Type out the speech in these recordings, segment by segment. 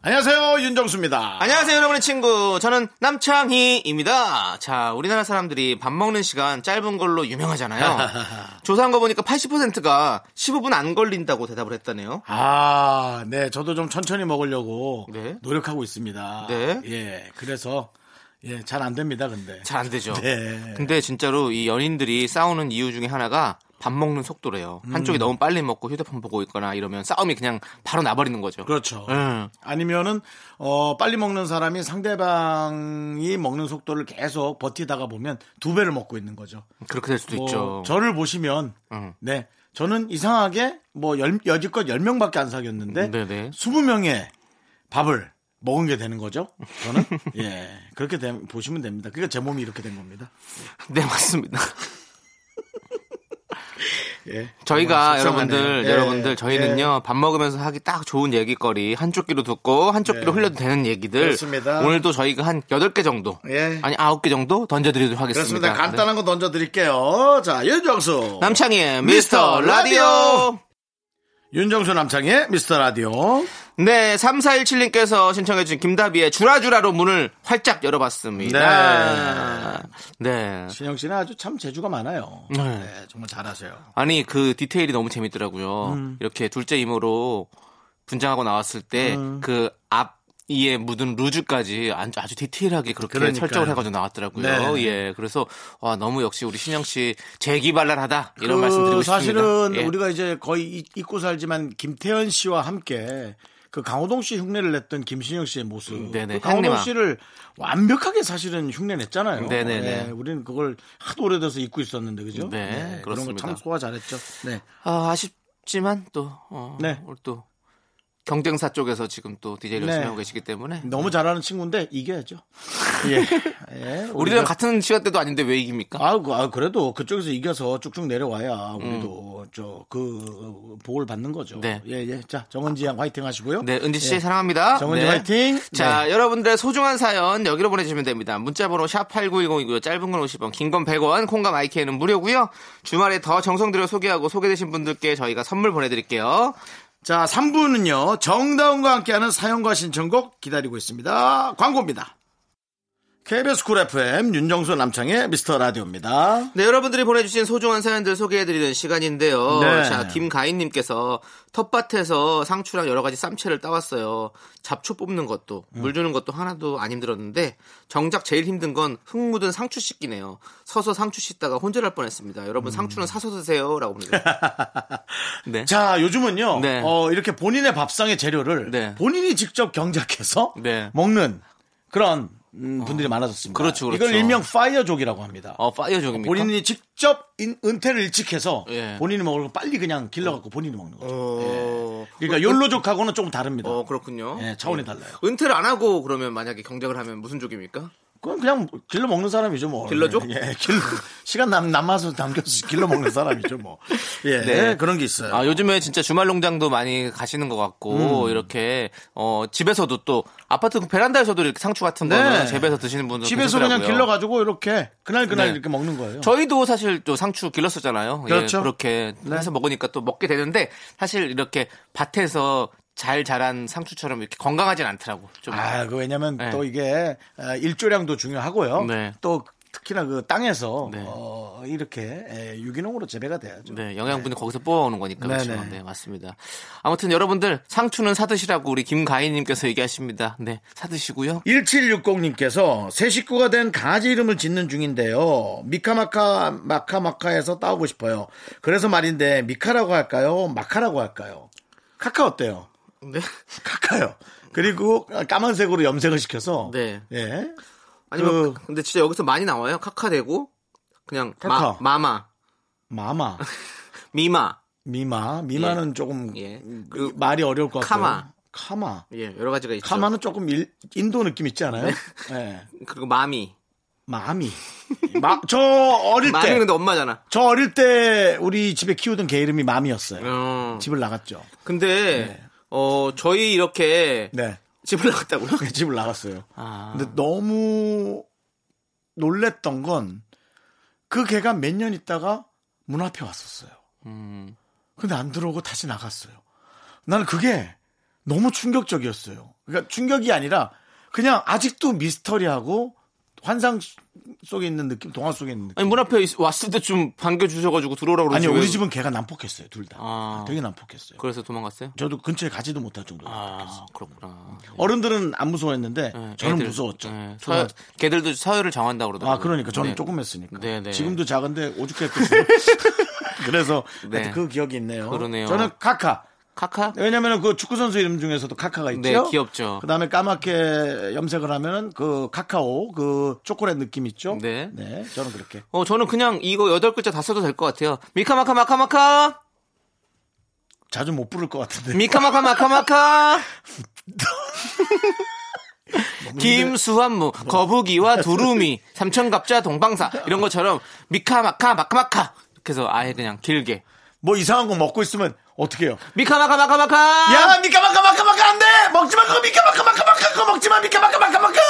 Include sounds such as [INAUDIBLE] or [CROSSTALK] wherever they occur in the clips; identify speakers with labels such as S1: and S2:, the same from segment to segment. S1: 안녕하세요 윤정수입니다.
S2: 안녕하세요, 여러분의 친구. 저는 남창희입니다. 자, 우리나라 사람들이 밥 먹는 시간 짧은 걸로
S1: [LAUGHS]
S2: 유명하잖아요. 조사한 거 보니까 80%가 15분 안 걸린다고 대답을 했다네요.
S1: 아, 네, 저도 좀 천천히 먹으려고
S2: 네.
S1: 노력하고 있습니다.
S2: 네.
S1: 예, 그래서 예, 잘 안 됩니다, 근데.
S2: 잘 안 되죠.
S1: 네.
S2: 근데 진짜로 이 연인들이 싸우는 이유 중에 하나가 밥 먹는 속도래요.
S1: 음.
S2: 한쪽이 너무 빨리 먹고 휴대폰 보고 있거나 이러면 싸움이 그냥 바로 나버리는 거죠.
S1: 그렇죠.
S2: 예.
S1: 아니면은 어, 빨리 먹는 사람이 상대방이 먹는 속도를 계속 버티다가 보면 두 배를 먹고 있는 거죠.
S2: 그렇게 될 수도
S1: 뭐,
S2: 있죠. 음.
S1: 저를 보시면
S2: 응.
S1: 네. 저는 이상하게 뭐 열, 여지껏 10명밖에 안 사귀었는데
S2: 음, 네네.
S1: 20명의 밥을 먹은 게 되는 거죠. 저는 [LAUGHS] 예. 그렇게 되- 보시면 됩니다. 그러니까 제 몸이 이렇게 된 겁니다.
S2: 네, 맞습니다.
S1: [LAUGHS] 예.
S2: 저희가
S1: 정말
S2: 여러분들
S1: 속상하네요.
S2: 여러분들
S1: 예,
S2: 저희는요 밥 먹으면서 하기 딱 좋은 얘기거리 한쪽 귀로 듣고 한쪽 귀로 흘려도 되는 얘기들
S1: 예. 그렇습니다.
S2: 오늘도 저희가 한 8개 정도
S1: 예.
S2: 아니 9개 정도
S1: 예.
S2: 던져드리도록 하겠습니다
S1: 그렇습니다. 간단한 거 던져 드릴게요. 자, 윤정수.
S2: 네. 남창희의 미스터 라디오
S1: 윤정수 남창의 미스터 라디오.
S2: 네 3417님께서 신청해주신 김다비의 주라주라로 문을 활짝 열어봤습니다 네.
S1: 신영 씨는 아주 참 재주가 많아요.
S2: 네.
S1: 네, 정말 잘하세요.
S2: 아니 그 디테일이 너무 재밌더라고요.
S1: 음.
S2: 이렇게 둘째 이모로 분장하고 나왔을 때
S1: 음.
S2: 그 앞 이에 묻은 루즈까지 아주, 아주 디테일하게 그렇게
S1: 그러니까요.
S2: 설정을 해가지고 나왔더라고요.
S1: 네.
S2: 예, 그래서 와 너무 역시 우리 신영 씨 재기발랄하다 이런
S1: 그
S2: 말씀드리고 싶습니다.
S1: 사실은
S2: 예.
S1: 우리가 이제 거의 잊- 잊고 살지만 김태현 씨와 함께 그 강호동 씨 흉내를 냈던 김신영 씨의 모습.
S2: 음, 네네,
S1: 그 강호동
S2: 향내마.
S1: 씨를 완벽하게 사실은 흉내 냈잖아요.
S2: 네네네.
S1: 네, 우리는 그걸 하도 오래돼서 잊고 있었는데 그죠?
S2: 네,
S1: 그런
S2: 그렇습니다.
S1: 걸참 소화 잘했죠. 네.
S2: 아, 쉽지만또 어,
S1: 네.
S2: 오늘 또 경쟁사 쪽에서 지금 또 디제이 열심히
S1: 네.
S2: 하고 계시기 때문에
S1: 너무 잘하는 친구인데
S2: [LAUGHS]
S1: 이겨야죠. 예. 예,
S2: 우리랑 같은 시간대도 아닌데 왜 이깁니까?
S1: 아, 그- 아, 그래도 그쪽에서 이겨서 쭉쭉 내려와야 우리도 저 그 보호를 받는 거죠.
S2: 음. 네.
S1: 예, 예. 자, 정은지 양 화이팅 하시고요.
S2: 네, 은지 씨
S1: 예.
S2: 사랑합니다.
S1: 정은지
S2: 네.
S1: 화이팅.
S2: 자,
S1: 네.
S2: 여러분들의 소중한 사연 여기로 보내주시면 됩니다. 문자번호 샵8910이고요. 짧은 건 50원, 긴 건 100원, 콩과 마이크는 무료고요. 주말에 더 정성들여 소개하고 소개되신 분들께 저희가 선물 보내드릴게요.
S1: 자, 3부는요. 정다운과 함께하는 사연과 신청곡 기다리고 있습니다. 광고입니다. KBS 쿨 FM 윤정수 남창의 미스터 라디오입니다.
S2: 네, 여러분들이 보내주신 소중한 사연들 소개해드리는 시간인데요.
S1: 네.
S2: 자, 김가인님께서 텃밭에서 상추랑 여러 가지 쌈채를 따왔어요. 잡초 뽑는 것도,
S1: 음.
S2: 물 주는 것도 하나도 안 힘들었는데, 정작 제일 힘든 건 흙 묻은 상추 씻기네요. 서서 상추 씻다가 혼절할 뻔했습니다.
S1: 음.
S2: 여러분, 상추는 사서 드세요. 라고 보내주셨어요. 네.
S1: 자, 요즘은요.
S2: 네.
S1: 어, 이렇게 본인의 밥상의 재료를
S2: 네.
S1: 본인이 직접 경작해서
S2: 네. 어.
S1: 먹는 그런 음, 분들이 많아졌습니다.
S2: 그렇죠, 그렇죠.
S1: 이걸 일명 파이어족이라고 합니다.
S2: 어, 파이어족입니까?
S1: 본인이 직접 인- 은퇴를 일찍 해서
S2: 예.
S1: 본인이 먹을 거 빨리 그냥 길러갖고 본인이 먹는 거죠.
S2: 어...
S1: 그러니까 욜로족하고는 조금 다릅니다.
S2: 어, 그렇군요.
S1: 예, 차원이 달라요.
S2: 은퇴를 안 하고 그러면 만약에 경작을 하면 무슨 족입니까?
S1: 그건 그냥 길러 먹는 사람이죠 뭐.
S2: 길러족?
S1: 예, 길러 시간 남 남아서 남겨서 길러 먹는 사람이죠 뭐. 예,
S2: 네.
S1: 그런 게 있어요.
S2: [LAUGHS] 아, 요즘에 진짜 주말 농장도 많이 가시는 것 같고,
S1: 음.
S2: 이렇게, 어, 집에서도 또, 아파트 베란다에서도 이렇게 상추 같은
S1: 네.
S2: 거는 집에서 드시는 분들
S1: 집에서 그냥 길러 가지고 이렇게 그날 그날
S2: 네.
S1: 이렇게 먹는 거예요.
S2: 저희도 사실 또 상추 길렀었잖아요.
S1: 그렇죠.
S2: 예, 그렇게 해서 먹으니까 또 먹게 되는데, 사실 이렇게 밭에서 잘 자란 상추처럼 이렇게 건강하진 않더라고. 좀.
S1: 아, 그 왜냐면
S2: 네.
S1: 또 이게 아, 일조량도 중요하고요.
S2: 네.
S1: 또 특히나 그 땅에서
S2: 네.
S1: 어, 이렇게 예, 유기농으로 재배가 돼야죠.
S2: 네, 영양분이 거기서 뽑아오는 거니까.
S1: 네네.
S2: 그렇죠. 네, 맞습니다. 아무튼 여러분들, 상추는 사드시라고 우리 김가희님께서 얘기하십니다. 네, 사드시고요.
S1: 1760님께서 새 식구가 된 강아지 이름을 짓는 중인데요. 미카마카 마카마카에서 따오고 싶어요. 그래서 말인데 미카라고 할까요? 마카라고 할까요? 카카 어때요? [LAUGHS]
S2: 네.
S1: 카카요. 그리고 까만색으로 염색을 시켜서
S2: 네.
S1: 예.
S2: 아니면,
S1: 그-
S2: 근데 진짜 여기서 많이 나와요. 카카되고, 그냥,
S1: 카카.
S2: 마, 마
S1: 마마,
S2: 미마,
S1: 미마, 미마는 조금
S2: 예.
S1: 그
S2: 그
S1: 말이 어려울 것 같아요.
S2: 카마.
S1: 카마.
S2: 예, 여러 가지가 있죠.
S1: 카마는 조금 일- 인도 느낌 있지 않아요?
S2: 네.
S1: 예.
S2: 그리고 마미.
S1: 마미. 마, 저 어릴 때.
S2: 마미는 근데 엄마잖아.
S1: 저 어릴 때 우리 집에 키우던 개 이름이 맘이었어요.
S2: 어.
S1: 집을 나갔죠.
S2: 근데 어 저희 이렇게
S1: 네. [LAUGHS]
S2: 집을 나갔다고요?
S1: 집을 나갔어요.
S2: 아.
S1: 근데 너무 놀랬던 건 그 개가 몇 년 있다가 문 앞에 왔었어요.
S2: 음.
S1: 근데 안 들어오고 다시 나갔어요. 나는 그게 너무 충격적이었어요. 그러니까 충격이 아니라 그냥 아직도 미스터리하고 환상 속에 있는 느낌, 동화 속에 있는 느낌.
S2: 아니 문 앞에 있- 왔을 때 좀 반겨 주셔가지고 들어오라고
S1: 아니,
S2: 그러지
S1: 우리
S2: 왜-
S1: 집은 개가 난폭했어요, 둘 다.
S2: 아.
S1: 되게 난폭했어요.
S2: 그래서 도망갔어요.
S1: 저도 근처에 가지도 못할 정도로.
S2: 아 그렇구나.
S1: 어른들은 안 무서워했는데
S2: 네,
S1: 저는
S2: 애들-
S1: 무서웠죠.
S2: 네,
S1: 저는-
S2: 서열, 걔들도 서열을 정한다 고 그러더라고요.
S1: 아 그러니까 저는
S2: 네.
S1: 조금 했으니까.
S2: 네, 네.
S1: 지금도 작은데
S2: [LAUGHS]
S1: 오죽했겠어요. 그래서
S2: 네.
S1: 하여튼 그 기억이 있네요.
S2: 그러네요.
S1: 저는 카카.
S2: 카카?
S1: 왜냐면은 그 축구 선수 이름 중에서도 카카가 있죠.
S2: 네, 귀엽죠.
S1: 그다음에 까맣게 염색을 하면은 그 카카오 그 초콜릿 느낌 있죠.
S2: 네.
S1: 저는 그렇게.
S2: 어 저는 그냥 이거 여덟 글자 다 써도 될 것 같아요. 미카마카 마카마카
S1: 자주 못 부를 것 같은데. [LAUGHS]
S2: 미카마카 마카마카 김수환무
S1: 네.
S2: 거북이와 두루미 삼천갑자 동방사 이런 것처럼 미카마카 마카마카 이렇게 해서 아예 그냥 길게
S1: 뭐 이상한 거 먹고 있으면 어떻게요?
S2: 미카마카 마카마카
S1: 야 미카마카 마카마카 안돼 먹지 마 그거 미카마카 마카마카 그거 먹지 마 미카마카 마카마카.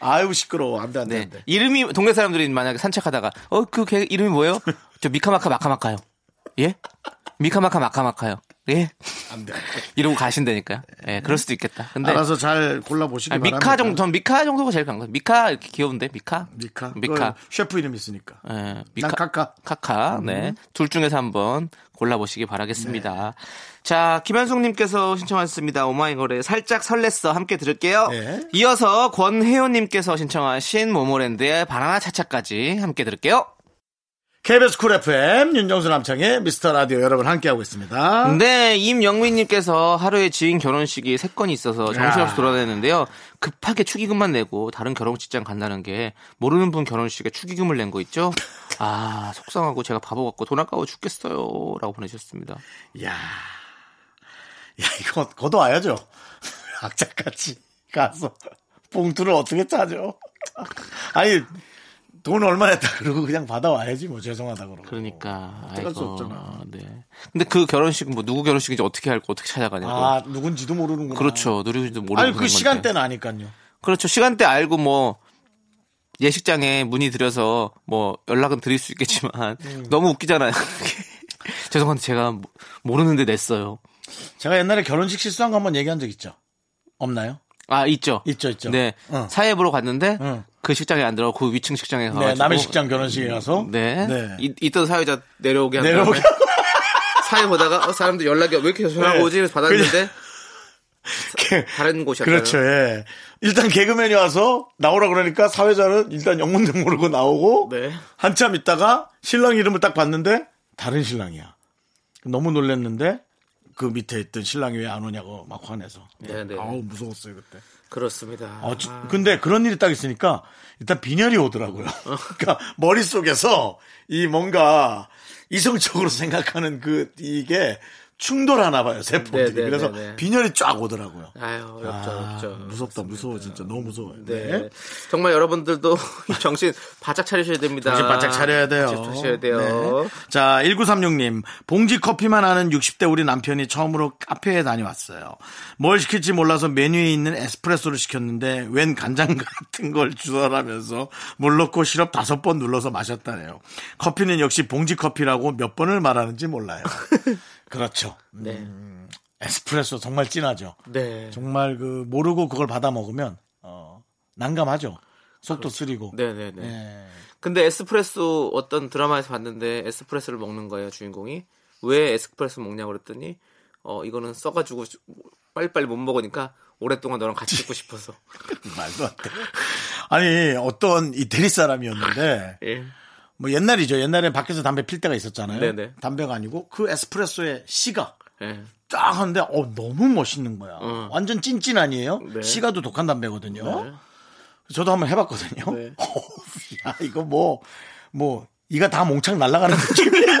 S1: 아유 시끄러워 안돼 안돼
S2: 네.
S1: 안돼.
S2: 이름이 동네 사람들이 만약에 산책하다가 어 그 개 이름이 뭐예요? 저 미카마카 마카마카요. 예? 미카마카 마카마카요. 예?
S1: 안 돼.
S2: 이러고 가신다니까요. 예, 그럴 수도 있겠다. 근데
S1: 알아서 잘 골라 보시기
S2: 아니,
S1: 바랍니다.
S2: 미카 정도 전 미카 정도가 제일 강한 거. 미카 이렇게 귀여운데 미카?
S1: 미카.
S2: 미카.
S1: 그건 셰프 이름 있으니까.
S2: 예,
S1: 난 카카.
S2: 카카. 네.
S1: 음.
S2: 둘 중에서 한번 골라보시기 바라겠습니다.
S1: 네.
S2: 자, 김현숙님께서 신청하셨습니다. 오마이걸의 살짝 설렜어. 함께 들을게요.
S1: 네.
S2: 이어서 권혜연님께서 신청하신 모모랜드의 바나나 차차까지 함께 들을게요.
S1: KBS 쿨 FM 윤정수 남창의 미스터 라디오 여러분 함께하고 있습니다.
S2: 네, 임영민님께서 하루에 지인 결혼식이 세 건이 있어서 정신없이
S1: 야.
S2: 돌아다녔는데요. 급하게 축의금만 내고 다른 결혼식장 간다는 게 모르는 분 결혼식에 축의금을 낸 거 있죠? 아, 속상하고 제가 바보 같고 돈 아까워 죽겠어요. 라고 보내셨습니다.
S1: 야, 야 이거 걷어와야죠. [LAUGHS] 악착같이 가서 봉투를 어떻게 짜죠? [LAUGHS] 아니 돈 얼마 냈다 그러고 그냥 받아와야지 뭐 죄송하다 그러고.
S2: 그러니까.
S1: 어떡할 수
S2: 아이고,
S1: 없잖아.
S2: 네. 근데 그 결혼식은 뭐 누구 결혼식인지 어떻게 알고 어떻게 찾아가냐고.
S1: 아 누군지도 모르는구나.
S2: 그렇죠. 누구인지도 모르는
S1: 아니 그
S2: 건데.
S1: 시간대는 아니까요.
S2: 그렇죠. 시간대 알고 뭐 예식장에 문의 드려서 뭐 연락은 드릴 수 있겠지만
S1: 음.
S2: 너무 웃기잖아요. [LAUGHS] 죄송한데 제가 모- 모르는데 냈어요.
S1: 제가 옛날에 결혼식 실수한 거 한번 얘기한 적 있죠? 없나요?
S2: 아 있죠.
S1: 있죠, 있죠.
S2: 네
S1: 어.
S2: 사회 보러 갔는데
S1: 응.
S2: 그 식장에 안 들어가 그 위층 식장에 가서
S1: 네, 남의 식장 결혼식에 가서
S2: 네,
S1: 네.
S2: 이- 있던 사회자 내려오게 한
S1: 내려오게
S2: 다음에 사회 보다가 어, 사람들 연락이 왜 이렇게 전화가
S1: 네.
S2: 오지 그래서 받았는데
S1: [LAUGHS] 이렇게
S2: 다른 곳이었어요.
S1: 그렇죠. 예. 일단 개그맨이 와서 나오라 그러니까 사회자는 일단 영문도 모르고 나오고
S2: 네.
S1: 한참 있다가 신랑 이름을 딱 봤는데 다른 신랑이야. 너무 놀랐는데 그 밑에 있던 신랑이 왜 안 오냐고 막 화내서.
S2: 네, 네.
S1: 아우 무서웠어요 그때.
S2: 그렇습니다.
S1: 아, 지- 근데 그런 일이 딱 있으니까 일단 빈혈이 오더라고요.
S2: 어.
S1: [LAUGHS] 그러니까 머릿속에서 이 뭔가 이성적으로 생각하는 그 이게 충돌하나 봐요, 세포들이.
S2: 네, 네,
S1: 그래서
S2: 네, 네.
S1: 빈혈이 쫙 오더라고요.
S2: 아유 어렵죠, 어렵죠.
S1: 무섭다, 무서워, 진짜. 너무 무서워요.
S2: 네. 정말 여러분들도 [LAUGHS] 정신 바짝 차리셔야 됩니다.
S1: 정신 바짝 차려야 돼요.
S2: 정신 아, 차려야 돼요.
S1: 네. 자, 1936님. 봉지 커피만 아는 60대 우리 남편이 처음으로 카페에 다녀왔어요. 뭘 시킬지 몰라서 메뉴에 있는 에스프레소를 시켰는데 웬 간장 같은 걸 주더라면서 물 넣고 시럽 다섯 번 눌러서 마셨다네요. 커피는 역시 봉지 커피라고 몇 번을 말하는지
S2: [LAUGHS]
S1: 몰라요. 그렇죠.
S2: 네.
S1: 에스프레소 정말 진하죠.
S2: 네.
S1: 정말 그 모르고 그걸 받아 먹으면 어, 난감하죠. 속도 쓰리고.
S2: 그렇죠. 네네네.
S1: 네.
S2: 근데 에스프레소 어떤 드라마에서 봤는데 에스프레소를 먹는 거예요, 주인공이. 왜 에스프레소 먹냐고 그랬더니 어, 이거는 써가지고 주- 빨리빨리 못 먹으니까 오랫동안 너랑 같이 있고 싶어서. [LAUGHS]
S1: [LAUGHS] 말도 안 돼. 아니 어떤 이태리 사람이었는데
S2: 예.
S1: 뭐 옛날이죠. 옛날에 밖에서 담배 필 때가 있었잖아요.
S2: 네네.
S1: 담배가 아니고 그 에스프레소에 씨가
S2: 예.
S1: 쫙 하는데 어 너무 멋있는 거야.
S2: 어.
S1: 완전 찐찐 아니에요?
S2: 네.
S1: 씨가도 독한 담배거든요.
S2: 네.
S1: [LAUGHS] 어, 저도 한번 해봤거든요.
S2: 네.
S1: 어우, 야 이거 뭐 뭐 이가 다 몽창 날아가는 [LAUGHS] 느낌이에요.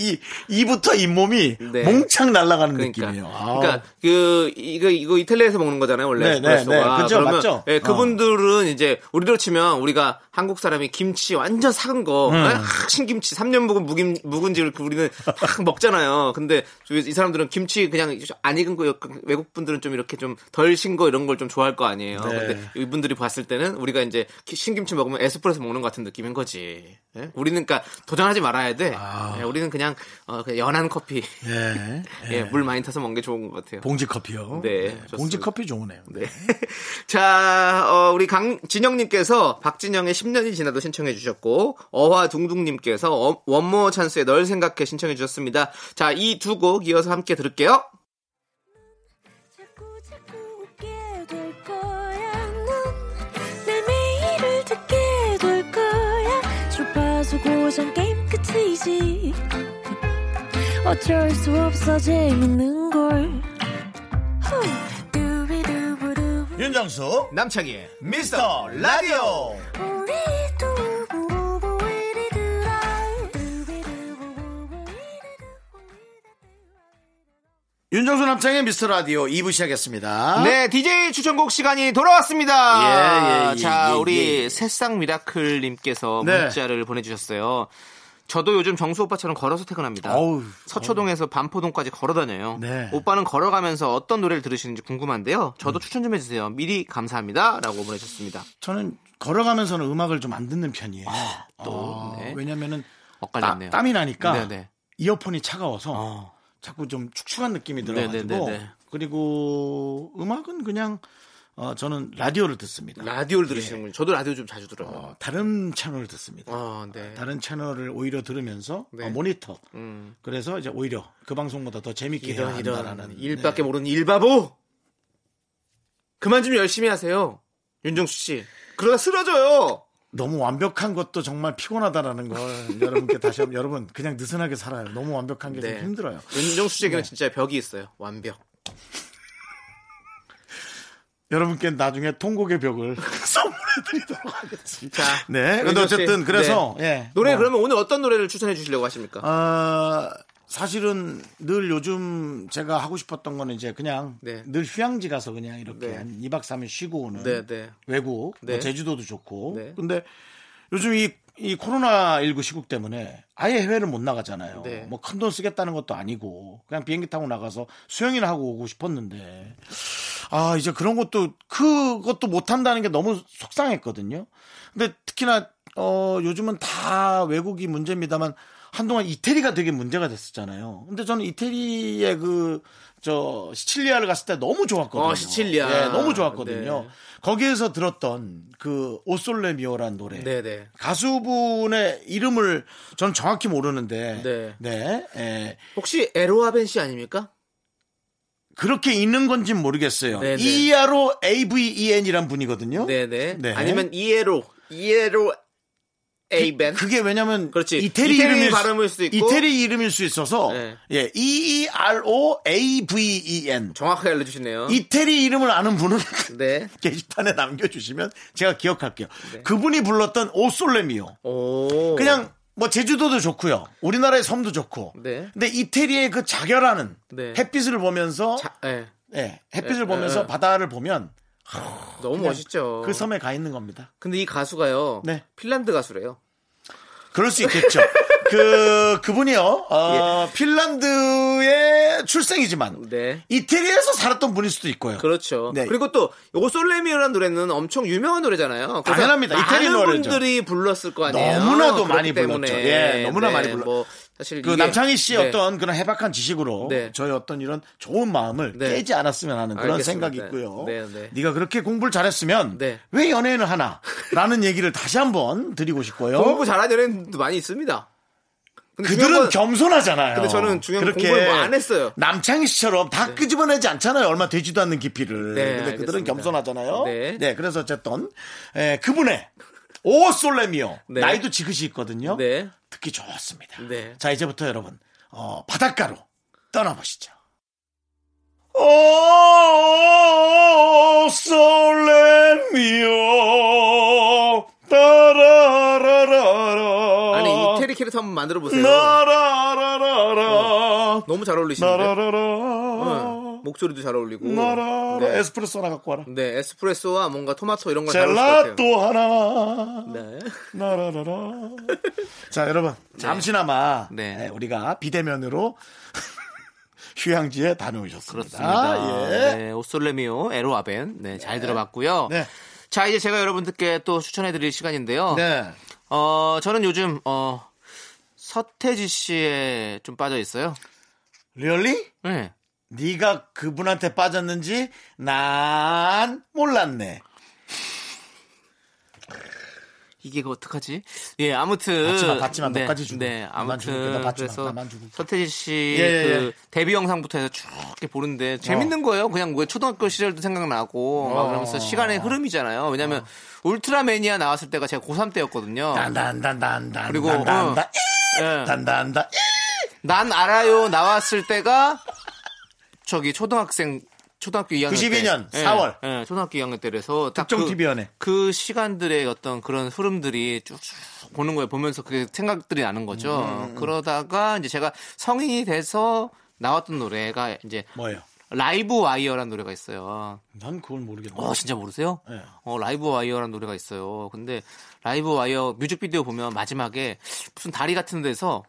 S1: 이, 이부터 잇몸이
S2: 네.
S1: 몽창 날아가는
S2: 그러니까,
S1: 느낌이에요. 아우.
S2: 그러니까 그 이거 이거 이탈리아에서 먹는 거잖아요 원래
S1: 네,
S2: 에스프레소가.
S1: 네, 네. 그죠,
S2: 그러면,
S1: 맞죠?
S2: 예,
S1: 어.
S2: 그분들은 이제 우리로 치면 우리가 한국 사람이 김치 완전 삭은
S1: 음.
S2: 거 아, 신김치 3년 묵은 무김 묵은지를 그 우리는 막 먹잖아요. 근데 이 사람들은 김치 그냥 안 익은 거 약간 외국 분들은 좀 이렇게 좀 덜 신 거 이런 걸 좀 좋아할 거 아니에요.
S1: 네.
S2: 근데 이분들이 봤을 때는 우리가 이제 기- 신김치 먹으면 에스프레소 먹는 것 같은 느낌인 거지. 예? 우리는 그러니까 도전하지 말아야 돼. 예, 우리는 그냥, 어, 그냥 연한 커피.
S1: 예.
S2: 예, 물 많이 타서 먹는 게 좋은 것 같아요.
S1: 봉지 커피요.
S2: 네, 좋습니다.
S1: 봉지 커피 좋으네요.
S2: 네. [LAUGHS] 자, 어, 우리 강진영님께서 박진영의 10년이 지나도 신청해 주셨고, 어화둥둥님께서 어, 원모 찬스의 널 생각해 신청해 주셨습니다. 자, 이 두 곡 이어서 함께 들을게요.
S3: 자꾸 자꾸 웃게 될 거야. 넌내 매일을 듣게 될 거야. 주파수 고정 게임 끝이지. 어쩔 수 없어 재밌는 걸. 후. 두비두부두.
S1: 윤정수,
S2: 남창희의
S1: 미스터 라디오.
S3: 우리 두부부부 우리 두라. 두비두부부부 우리
S1: 윤정수 남창의 미스터 라디오 2부 시작했습니다.
S2: 네, DJ 추천곡 시간이 돌아왔습니다.
S1: 아. 예, 예, 예,
S2: 자,
S1: 예,
S2: 우리
S1: 예, 예.
S2: 새싹 미라클님께서
S1: 네.
S2: 문자를 보내주셨어요. 저도 요즘 정수 오빠처럼 걸어서 퇴근합니다.
S1: 어우,
S2: 서초동에서 반포동까지 걸어 다녀요.
S1: 네.
S2: 오빠는 걸어가면서 어떤 노래를 들으시는지 궁금한데요. 저도
S1: 음.
S2: 추천 좀 해주세요. 미리 감사합니다. 라고 보내주셨습니다.
S1: 저는 걸어가면서는 음악을 좀 안 듣는 편이에요.
S2: 또,
S1: 어,
S2: 네.
S1: 왜냐면은
S2: 엇갈렸네요.
S1: 아, 땀, 이 나니까
S2: 네네.
S1: 이어폰이 차가워서
S2: 어.
S1: 자꾸 좀 축축한 느낌이 들어가지고
S2: 네네네네.
S1: 그리고 음악은 그냥 어, 저는 라디오를 듣습니다.
S2: 라디오를 들으시는군요. 저도 라디오 좀 자주 들어요. 어,
S1: 어, 다른 채널을 듣습니다.
S2: 네.
S1: 다른 채널을 오히려 들으면서
S2: 네.
S1: 어, 모니터.
S2: 음.
S1: 그래서 이제 오히려 그 방송보다 더 재밌게 해야
S2: 이런
S1: 한다라는 네.
S2: 이런 일밖에 모르는 일바보 그만 좀 열심히 하세요 윤정수 씨 그러다 쓰러져요
S1: 너무 완벽한 것도 정말 피곤하다라는 걸 [LAUGHS] 여러분께 다시 한번 여러분 그냥 느슨하게 살아요. 너무 완벽한 게 좀
S2: 네.
S1: 힘들어요. 네.
S2: 윤정수 씨에게는 진짜 벽이 있어요 완벽
S1: 여러분께 나중에 통곡의 벽을 [LAUGHS] 선물해드리도록 하겠습니다.
S2: 자
S1: 네. 근데
S2: 윤정수 씨,
S1: 어쨌든 그래서
S2: 네.
S1: 예,
S2: 노래
S1: 뭐,
S2: 그러면 오늘 어떤 노래를 추천해 주시려고 하십니까
S1: 아, 사실은 늘 요즘 제가 하고 싶었던 거는 이제 그냥
S2: 네.
S1: 늘 휴양지 가서 그냥 이렇게
S2: 네.
S1: 한 2박 3일 쉬고 오는
S2: 네, 네.
S1: 외국, 뭐
S2: 네.
S1: 제주도도 좋고.
S2: 네.
S1: 근데 요즘 이, 이 코로나19 시국 때문에 아예 해외를 못 나가잖아요.
S2: 네.
S1: 뭐 큰 돈 쓰겠다는 것도 아니고 그냥 비행기 타고 나가서 수영이나 하고 오고 싶었는데 아, 이제 그런 것도, 그것도 못한다는 게 너무 속상했거든요. 근데 특히나, 어, 요즘은 다 외국이 문제입니다만 한동안 이태리가 되게 문제가 됐었잖아요. 근데 저는 이태리의 그, 저, 시칠리아를 갔을 때 너무 좋았거든요.
S2: 어, 시칠리아.
S1: 예, 너무 좋았거든요.
S2: 네.
S1: 거기에서 들었던 그, 오솔레미오란 노래.
S2: 네네
S1: 가수분의 이름을 저는 정확히 모르는데.
S2: 네.
S1: 예.
S2: 혹시 에로아벤 씨 아닙니까
S1: 그렇게 있는 건진 모르겠어요. E
S2: 네네.
S1: 이하로 AVEN이란 E 분이거든요.
S2: 네네
S1: 네.
S2: 아니면 이에로 이에로 에이벤
S1: 그게 왜냐면
S2: 그렇지.
S1: 이태리,
S2: 이태리
S1: 이름일 수-
S2: 발음일 수도 있고.
S1: 이태리 이름일 수 있어서
S2: 네.
S1: 예, E E R O A V E N.
S2: 정확하게 알려주시네요
S1: 이태리 이름을 아는 분은 [LAUGHS]
S2: 네
S1: 게시판에 남겨주시면 제가 기억할게요. 그분이 불렀던 오솔레미오.
S2: 어. 오.
S1: 그냥 뭐 제주도도 좋고요. 우리나라의 섬도 좋고.
S2: 네.
S1: 근데 이태리의 그 자결하는
S2: 네.
S1: 햇빛을 보면서
S2: 자, 예.
S1: 예, 햇빛을
S2: 에,
S1: 보면서
S2: 에, 어. 에.
S1: 바다를 보면
S2: 너무 멋있죠
S1: 그 섬에 가 있는 겁니다.
S2: 근데 이 가수가요
S1: 네.
S2: 핀란드 가수래요
S1: 그럴 수 있겠죠. 그 그분이요. 어, 핀란드의 출생이지만
S2: 예. 네
S1: 이태리에서 살았던 분일 수도 있고요.
S2: 그렇죠.
S1: 네.
S2: 그리고 또 오솔레미오라는 노래는 엄청 유명한 노래잖아요. 그래서
S1: 당연합니다. 이태리
S2: 많은
S1: 노래죠.
S2: 분들이 불렀을 거 아니에요.
S1: 너무나도
S2: 그렇기
S1: 많이
S2: 때문에.
S1: 불렀죠. 예, 너무나 많이 불렀-
S2: 뭐 사실
S1: 그
S2: 이게-
S1: 남창희 씨의
S2: 네.
S1: 어떤 그런 해박한 지식으로
S2: 네.
S1: 저의 어떤 이런 좋은 마음을
S2: 네.
S1: 깨지 않았으면 하는 그런
S2: 알겠습니다.
S1: 생각이 있고요.
S2: 네, 네.
S1: 가 그렇게 공부를 잘했으면
S2: 네.
S1: 왜 연애를 하나라는 얘기를 다시 한번 드리고 싶고요.
S2: 공부 잘하는 연예인도 많이 있습니다. 근데
S1: 그들은
S2: 중요한 건-
S1: 겸손하잖아요.
S2: 근데 저는 중요한 건 공부를 뭐안 했어요.
S1: 남창희 씨처럼 다 끄집어내지 않잖아요. 얼마 되지도 않는 깊이를.
S2: 네,
S1: 근데 그들은
S2: 알겠습니다.
S1: 겸손하잖아요.
S2: 네.
S1: 네. 그래서 어쨌든 에, 그분의 오 솔레미오
S2: 네.
S1: 나이도 지그시 있거든요.
S2: 네.
S1: 듣기 좋았습니다.
S2: 네.
S1: 자 이제부터 여러분 어, 바닷가로 떠나보시죠. 오 솔레미오 따라라라라
S2: 아니 캐릭터 한번 만들어 보세요.
S1: 나라라라라
S2: 너무 잘 어울리시는데.
S1: 나라라라
S2: 응. 목소리도 잘 어울리고.
S1: 나라라
S2: 네. 네.
S1: 에스프레소 하나 갖고 와라
S2: 네, 에스프레소와 뭔가 토마토 이런 걸잘 어울릴 것 같아요.
S1: 젤라또 하나
S2: 네. [LAUGHS]
S1: 나라라라 자 여러분 잠시나마
S2: 네.
S1: 네, 우리가 비대면으로 [LAUGHS] 휴양지에 다녀오셨습니다
S2: 그렇습니다.
S1: 예.
S2: 네, 오솔레미오 에로아벤. 네, 잘 들어봤고요.
S1: 네.
S2: 자, 이제 제가 여러분들께 또 추천해드릴 시간인데요.
S1: 네.
S2: 어, 저는 요즘 어 서태지 씨에 좀 빠져 있어요.
S1: 리얼리?
S2: 네.
S1: 네가 그분한테 빠졌는지 난 몰랐네.
S2: 이게 그 어떡하지? 예, 아무튼
S1: 받지 마, 받지 마.
S2: 네,
S1: 너까지 주고.
S2: 네,
S1: 나만
S2: 아무튼
S1: 주고, 나 받지 마.
S2: 그래서
S1: 나만 주고.
S2: 서태지 씨
S1: 예, 예, 어.
S2: 그 데뷔 영상부터 해서 쭉 이렇게 보는데 재밌는 거예요. 그냥 왜 초등학교 시절도 생각나고 막 그러면서 시간의 흐름이잖아요.
S1: 어.
S2: 왜냐면 울트라매니아 나왔을 때가 제가 고3 때였거든요.
S1: 단단단단단.
S2: 어. 그리고,
S1: 단단다.
S2: 예.
S1: 단단다.
S2: 난 알아요 나왔을 때가 저기 초등학생 초등학교 2학년
S1: 92 년,
S2: 때. 예,
S1: 4월.
S2: 예, 초등학교 2학년 때라서 딱
S1: 특정
S2: 그-
S1: TV 연애.
S2: 그 시간들의 어떤 그런 흐름들이 쭉쭉 보는 거예요. 보면서 그 생각들이 나는 거죠.
S1: 음.
S2: 그러다가 이제 제가 성인이 돼서 나왔던 노래가 이제
S1: 뭐예요?
S2: 라이브 와이어라는 노래가 있어요.
S1: 난 그걸 모르겠네.
S2: 어, 진짜 모르세요?
S1: 예.
S2: 어, 라이브 와이어라는 노래가 있어요. 근데 라이브 와이어 뮤직비디오 보면 마지막에 무슨 다리 같은 데서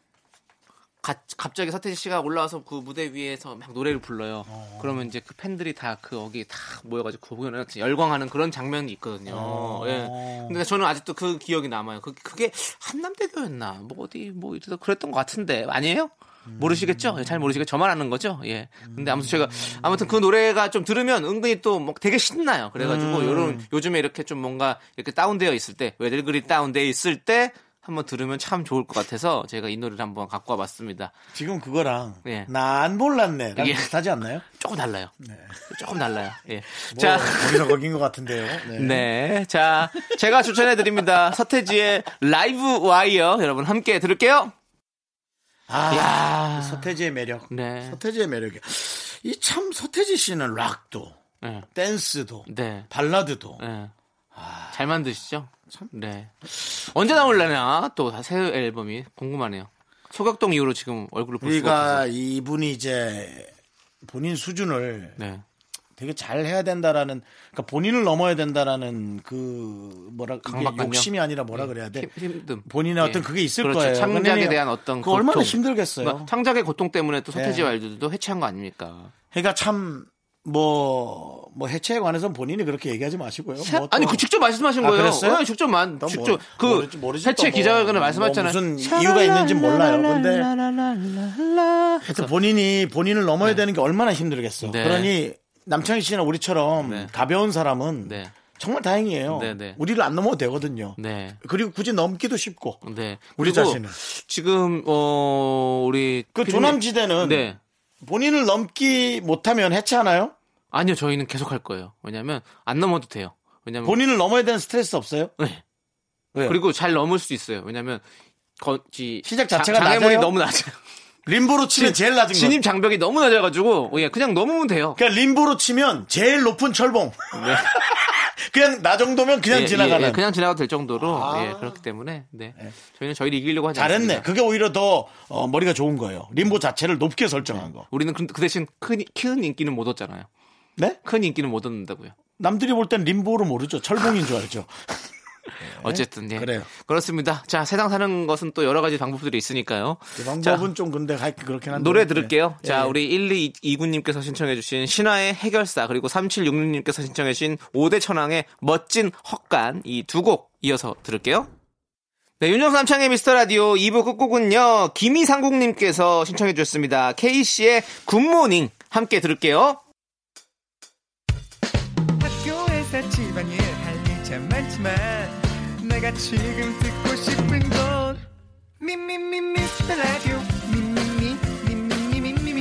S2: 가- 갑자기 서태지 씨가 올라와서 그 무대 위에서 막 노래를 불러요. 그러면 이제 그 팬들이 다 그 여기 다 모여가지고 그 공연을 열광하는 그런 장면이 있거든요. 예. 근데 저는 아직도 그 기억이 남아요. 그, 그게 한남대교였나? 뭐 어디 뭐 이래서 그랬던 것 같은데 아니에요? 모르시겠죠? 예, 잘 모르시겠죠? 저만 아는 거죠? 예. 근데 아무튼 제가, 아무튼 그 노래가 좀 들으면 은근히 또 막 되게 신나요. 그래가지고 요런, 요즘에 이렇게 좀 뭔가 이렇게 다운되어 있을 때, 왜들 그리 다운되어 있을 때 한번 들으면 참 좋을 것 같아서 제가 이 노래를 한번 갖고 와봤습니다.
S1: 지금 그거랑
S2: 예.
S1: 난 몰랐네. 랑
S2: 예.
S1: 비슷하지 않나요?
S2: 조금 달라요. [LAUGHS] 조금 달라요. 예.
S1: 뭐,
S2: 자.
S1: 거기서 거긴 것 같은데요. 네.
S2: 네. 자, 제가 추천해드립니다. 서태지의 라이브 와이어. 여러분 함께 들을게요.
S1: 아,
S2: 야.
S1: 서태지의 매력.
S2: 네.
S1: 서태지의 매력이. 이 참 서태지 씨는 락도,
S2: 네.
S1: 댄스도,
S2: 네.
S1: 발라드도.
S2: 네.
S1: 아.
S2: 잘 만드시죠? 네. 언제 나올려나 또 새 앨범이 궁금하네요. 소각동 이후로 지금 얼굴을 볼 수가
S1: 우리가
S2: 없어서.
S1: 이분이 이제 본인 수준을
S2: 네.
S1: 되게 잘 해야 된다라는 그러니까 본인을 넘어야 된다라는 그 뭐라 그게
S2: 강박관념? 네.
S1: 욕심이 아니라 뭐라 그래야 돼
S2: 힘- 힘듦.
S1: 본인의 어떤 그게 있을
S2: 그렇죠.
S1: 거예요.
S2: 창작에
S1: 근데
S2: 대한 어떤
S1: 그거 얼마나
S2: 고통.
S1: 힘들겠어요.
S2: 그러니까 창작의 고통 때문에 또 서태지
S1: 네.
S2: 와이드도 해체한 거 아닙니까?
S1: 그러니까 참뭐뭐 해체에 관해서는 본인이 그렇게 얘기하지 마시고요. 뭐 또-
S2: 아니 그 직접 말씀하신
S1: 아,
S2: 거예요.
S1: 그랬어요?
S2: 아니, 직접 만
S1: 뭐,
S2: 직접 그
S1: 모르지- 모르지 또
S2: 해체
S1: 뭐,
S2: 기자회견에
S1: 뭐
S2: 말씀하셨잖아요.
S1: 무슨 이유가 있는지 몰라요. 근데
S2: 샤랄랄랄랄랄라.
S1: 하여튼 본인이 본인을 넘어야 되는 게 얼마나 힘들겠어.
S2: 네.
S1: 그러니 남창희 씨나 우리처럼
S2: 네.
S1: 가벼운 사람은
S2: 네.
S1: 정말 다행이에요.
S2: 네, 네.
S1: 우리를 안 넘어도 되거든요.
S2: 네.
S1: 그리고 굳이 넘기도 쉽고.
S2: 네.
S1: 우리
S2: 그리고
S1: 자신은.
S2: 지금 어 우리
S1: 그
S2: 피디님-
S1: 조남지대는
S2: 네.
S1: 본인을 넘기 못하면 해체하나요?
S2: 아니요, 저희는 계속 할 거예요. 왜냐면 안 넘어도 돼요. 왜냐면
S1: 본인을 넘어야 되는 스트레스 없어요?
S2: 네.
S1: 왜요?
S2: 음. 그리고 잘 넘을 수 있어요. 왜냐면 거지
S1: 시작 자체가
S2: 장애물이
S1: 낮아요? [LAUGHS]
S2: 너무 낮아요.
S1: 림보로 치면 제일 낮은 거.
S2: 진입 장벽이 너무 낮아가지고 예, 그냥 넘으면 돼요.
S1: 그러니까 림보로 치면 제일 높은 철봉. [LAUGHS] 그냥 나 정도면 그냥
S2: 네. 예,
S1: 지나가는. 아.
S2: 예, 예, 그냥 지나가도 될 정도로 예, 그렇기 때문에 네. 저희는 저희를 이기려고 하지 않습니다.
S1: 잘했네. 그게 오히려 더 어, 머리가 좋은 거예요. 림보 자체를 높게 설정한 거.
S2: 우리는 그, 그 대신 큰, 큰 인기는 못 얻잖아요.
S1: 네?
S2: 큰 인기는 못 얻는다고요.
S1: 남들이 볼 땐 림보로 모르죠. 철봉인 줄 알죠.
S2: 어쨌든 예.
S1: 그래요.
S2: 그렇습니다. 자 세상 사는 것은 또 여러 가지 방법들이 있으니까요.
S1: 이
S2: [LAUGHS] 자,
S1: 방법은 좀 근데 하여튼 그렇긴 한데.
S2: 노래 들을게요.
S1: 네.
S2: 자,
S1: 예, 예.
S2: 우리 1229님께서 신청해주신 신화의 해결사, 그리고 3766님께서 신청해주신 5대 천왕의 멋진 헛간, 이 두 곡 이어서 들을게요. 네, 윤정수 남창의 미스터 라디오 2부 끝곡은요, 김희상국님께서 신청해주셨습니다. K씨의 굿모닝, 함께 들을게요.
S4: 학교에서 집안일 할 일 참 많지만 내가 지금 듣고 싶은 건 미미미 미스터 라디오 미미미 미미미 미미미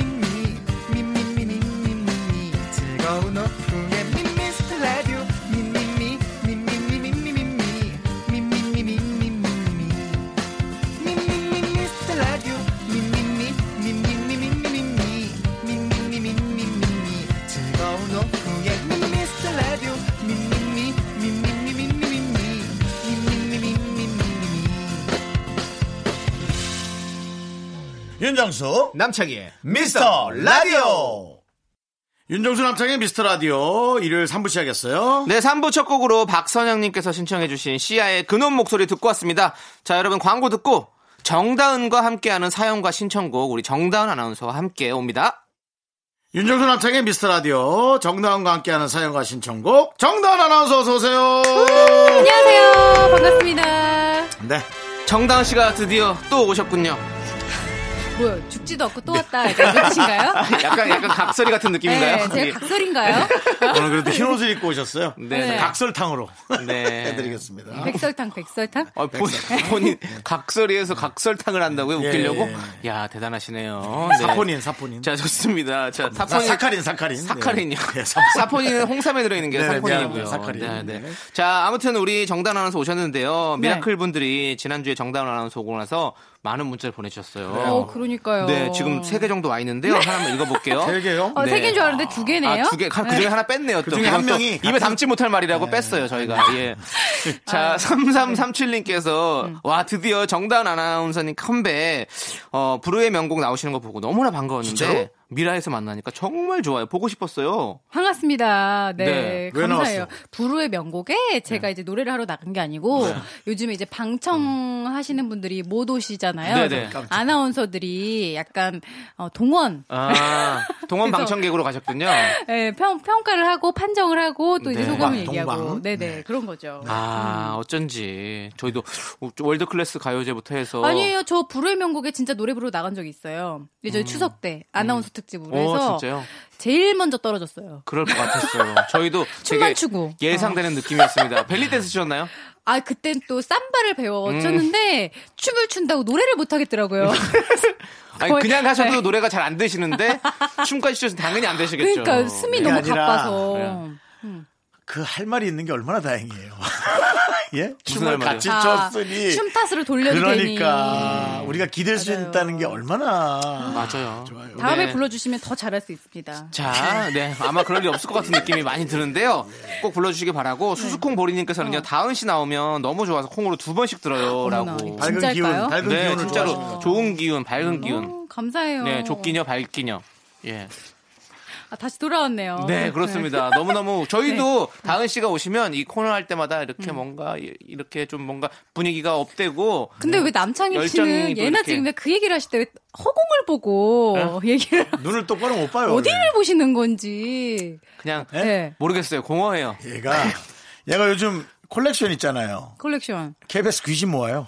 S4: 미미미 미미미 즐거운 오후에 미스터 라디오 미미미 미미미 미미미 미미미 미미미 미미미 미스터 라디오 미미미 미미미 미미미 미미미 미미미 즐거운 오후에 미스터 라디오 미미미 미미미 미미미 미미미 미미미
S5: 윤정수
S2: 남창희의
S5: 미스터 라디오
S1: 윤정수 남창의 미스터 라디오 일요일 3부 시작했어요.
S2: 네, 3부 첫 곡으로 박선영님께서 신청해주신 시아의 근원 목소리 듣고 왔습니다. 자, 여러분 광고 듣고 정다은과 함께하는 사연과 신청곡 우리 정다은 아나운서와 함께 옵니다.
S1: 윤정수 남창의 미스터 라디오 정다은과 함께하는 사연과 신청곡 정다은 아나운서 어서 오세요.
S6: 안녕하세요. 반갑습니다.
S1: 네.
S2: 정다은 씨가 드디어 또 오셨군요.
S6: 뭐야, 죽지도 않고 또 왔다. 약간 이런 뜻인가요?
S2: 네. [LAUGHS] 약간 약간 각설이 같은 느낌인가요?
S6: [LAUGHS] 네, 제가 각설인가요?
S1: 오늘 그래도 흰 옷을 입고 오셨어요.
S2: 네, 네.
S1: 각설탕으로
S2: 네.
S1: [LAUGHS] 해드리겠습니다.
S6: 백설탕, 백설탕?
S2: 아, 본, 본인 각설이에서 각설탕을 한다고요? 웃기려고?
S1: 예,
S2: 야 대단하시네요. 네.
S1: 사포닌 사포닌.
S2: 자 좋습니다. 자 사포닌
S1: 사카린 사카린.
S2: 사카린요.
S1: 네, 사포닌.
S2: 사포닌은 홍삼에 들어있는 게
S1: 네, 네,
S2: 사포닌이고요.
S1: 네, 사카린. 네.
S2: 자 아무튼 우리 정단 아나운서 오셨는데요.
S6: 네.
S2: 미라클 분들이 지난주에 정단 아나운서 오고 나서 많은 문자를
S6: 어,
S2: 보내주셨어요.
S6: 그러니까요.
S2: 네, 지금 세 개 정도 와 있는데요. 하나만 읽어볼게요.
S1: 세 개요?
S6: 어,
S2: 네.
S6: 세 개인 줄 알았는데 두 개네요?
S2: 아, 두 개. 그 중에 하나 뺐네요. 또.
S1: 중에 한
S2: 그건 또
S1: 명이
S2: 입에 담지 못할 말이라고 뺐어요, 저희가. [LAUGHS] 예. 자, 3337님께서,
S6: 음.
S2: 와, 드디어 정다은 아나운서님 컴백, 어, 브루의 명곡 나오시는 거 보고 너무나 반가웠는데,
S1: 진짜요?
S2: 미라에서 만나니까 정말 좋아요. 보고 싶었어요.
S6: 반갑습니다.
S2: 네.
S6: 네.
S1: 왜
S6: 감사해요.
S1: 나왔어?
S6: 부르의 명곡에 제가 이제 노래를 하러 나간 게 아니고 요즘에 이제 방청 하시는 분들이 못 오시잖아요.
S2: 네네.
S6: 그래서
S1: 깜짝이야.
S6: 아나운서들이 약간 어, 동원
S2: 아, [LAUGHS] 동원
S6: 그래서-
S2: 방청객으로 가셨군요.
S6: 예, 평, 평가를 하고 판정을 하고 또 이제
S2: 네.
S6: 소감을
S1: 동방,
S6: 얘기하고
S1: 동방.
S6: 네네 그런 거죠.
S2: 아, 어쩐지. 저희도 월드 클래스 가요제부터 해서.
S6: 아니에요. 저 불후의 명곡에 진짜 노래 부르러 나간 적이 있어요. 이제 저희 추석 때 아나운서 특집으로 해서
S2: 오, 진짜요?
S6: 제일 먼저 떨어졌어요.
S2: 그럴 것
S6: [LAUGHS]
S2: 같았어요. 저희도
S6: 춤만
S2: 되게
S6: 추고. 어.
S2: 예상되는 느낌이었습니다. 벨리 댄스 추셨나요?
S6: 아, 그땐 또 쌈바를 배웠었는데 춤을 춘다고 노래를 못 [LAUGHS] 하겠더라고요.
S2: 아니
S6: 거의-
S2: 그냥 하셔도
S6: 네.
S2: 노래가 잘 안 되시는데 춤까지 추셔서 당연히 안 되시겠죠. 네.
S6: 그러니까 숨이
S1: 그게
S6: 너무
S1: 아니라
S6: 가빠서.
S2: 그냥
S1: 그 할 말이 있는 게 얼마나 다행이에요. [LAUGHS] 예?
S2: 할
S1: 춤을
S2: 말이요?
S1: 같이
S6: 아,
S1: 췄으니.
S6: 춤 탓으로 돌려도 되니.
S1: 그러니까 우리가 기댈 수
S6: 맞아요.
S1: 있다는 게 얼마나
S2: 맞아요.
S1: 좋아요.
S6: 다음에
S2: 네.
S6: 불러주시면 더 잘할 수 있습니다.
S2: 자, 네 아마 그럴 일 없을 것 같은 느낌이 많이 드는데요. 꼭 불러주시기 바라고
S6: 네.
S2: 수수콩 보리님께서는요 다은 씨 나오면 너무 좋아서 콩으로 두 번씩
S6: 어. 어머나,
S2: 들어요라고.
S6: 이거
S1: 밝은 기운,
S6: 진짜일까요?
S1: 밝은
S2: 네,
S1: 기운을
S2: 진짜로
S1: 좋아하시는 거죠.
S2: 좋은 기운, 밝은 기운.
S6: 어, 감사해요.
S2: 네, 좋기녀, 밝기녀. 예.
S6: 아, 다시 돌아왔네요.
S2: 네, 그렇습니다. 너무너무 저희도 다은 씨가 오시면 이 코너 할 때마다 이렇게 뭔가 이- 이렇게 좀 뭔가 분위기가 업되고
S6: 근데 왜 남창희
S2: 네. 열정이
S6: 씨는
S2: 또 이렇게.
S6: 예나
S2: 네?
S6: 지금이나 그 얘기를 하실 때 왜 허공을 보고 얘기를
S1: 눈을 똑바로 못 봐요.
S6: 어디를 보시는 건지.
S2: 그냥
S6: 네.
S2: 모르겠어요. 공허해요.
S1: 원래. 얘가 얘가 요즘 콜렉션 있잖아요.
S6: 컬렉션.
S1: KBS 귀신 모아요.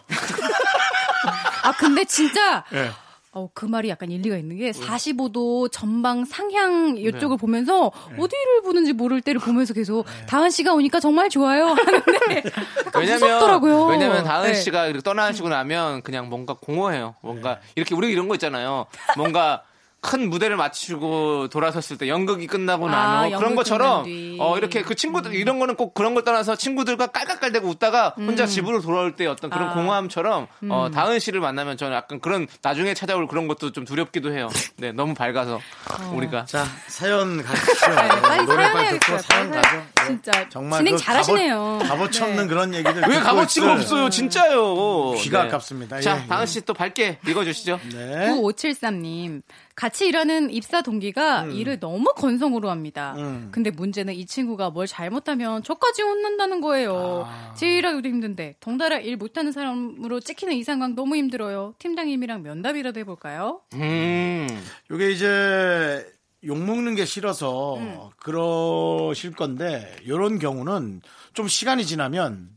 S6: 아, 근데 진짜.
S1: [LAUGHS] 예. 음.
S6: 어, 그 말이 약간 일리가 있는 게 45도 전방 상향
S1: 네.
S6: 이쪽을 보면서 어디를 보는지 모를 때를 보면서 계속
S1: 네.
S6: 다은 씨가 오니까 정말 좋아요
S1: [LAUGHS]
S6: 하는데 약간 무섭더라고요.
S2: 왜냐면 다은
S6: 네.
S2: 씨가 이렇게 떠나시고 나면 그냥 뭔가 공허해요. 뭔가 이렇게 우리 이런 거 있잖아요. 뭔가 큰 무대를 마치고 돌아섰을 때 연극이 끝나고
S6: 아,
S2: 나서 그런
S6: 연극
S2: 것처럼
S6: 끝난 뒤. 음.
S2: 어 이렇게 그 친구들 이런 거는 꼭 그런 걸 떠나서 친구들과 깔깔깔대고 웃다가
S6: 음.
S2: 혼자 집으로 돌아올 때 어떤 그런 공허함처럼 어 다은 씨를 만나면 저는 약간 그런 나중에 찾아올 그런 것도 좀 두렵기도 해요. 네, 너무 밝아서
S6: 어.
S2: 우리가
S1: [LAUGHS] 자 사연 가시죠.
S6: 네, 빨리
S1: 노래
S6: 사연
S1: 빨리 듣고
S6: 해야겠어요.
S1: 사연
S6: 빨리
S1: 가죠. 네.
S6: 진짜
S1: 정말
S6: 진행
S1: 그
S6: 잘하시네요.
S1: 갑옷, 갑옷 쳤는 그런 얘기들
S2: 왜
S1: 듣고
S2: 값어치가
S1: 있을
S2: 없어요, 진짜요. 네.
S1: 귀가 아깝습니다. 예,
S2: 자,
S1: 예.
S2: 다은 씨 또 밝게 읽어주시죠.
S1: 네.
S6: 9573님 같이 일하는 입사 동기가 일을 너무 건성으로 합니다. 근데 문제는 이 친구가 뭘 잘못하면 저까지 혼난다는 거예요. 제 일하기도 힘든데 덩달아 일 못하는 사람으로 찍히는 이상각 너무 힘들어요. 팀장님이랑 면담이라도 해볼까요?
S2: 음.
S1: 요게 이제 욕 먹는 게 싫어서
S6: 음.
S1: 그러실 건데 요런 경우는 좀 시간이 지나면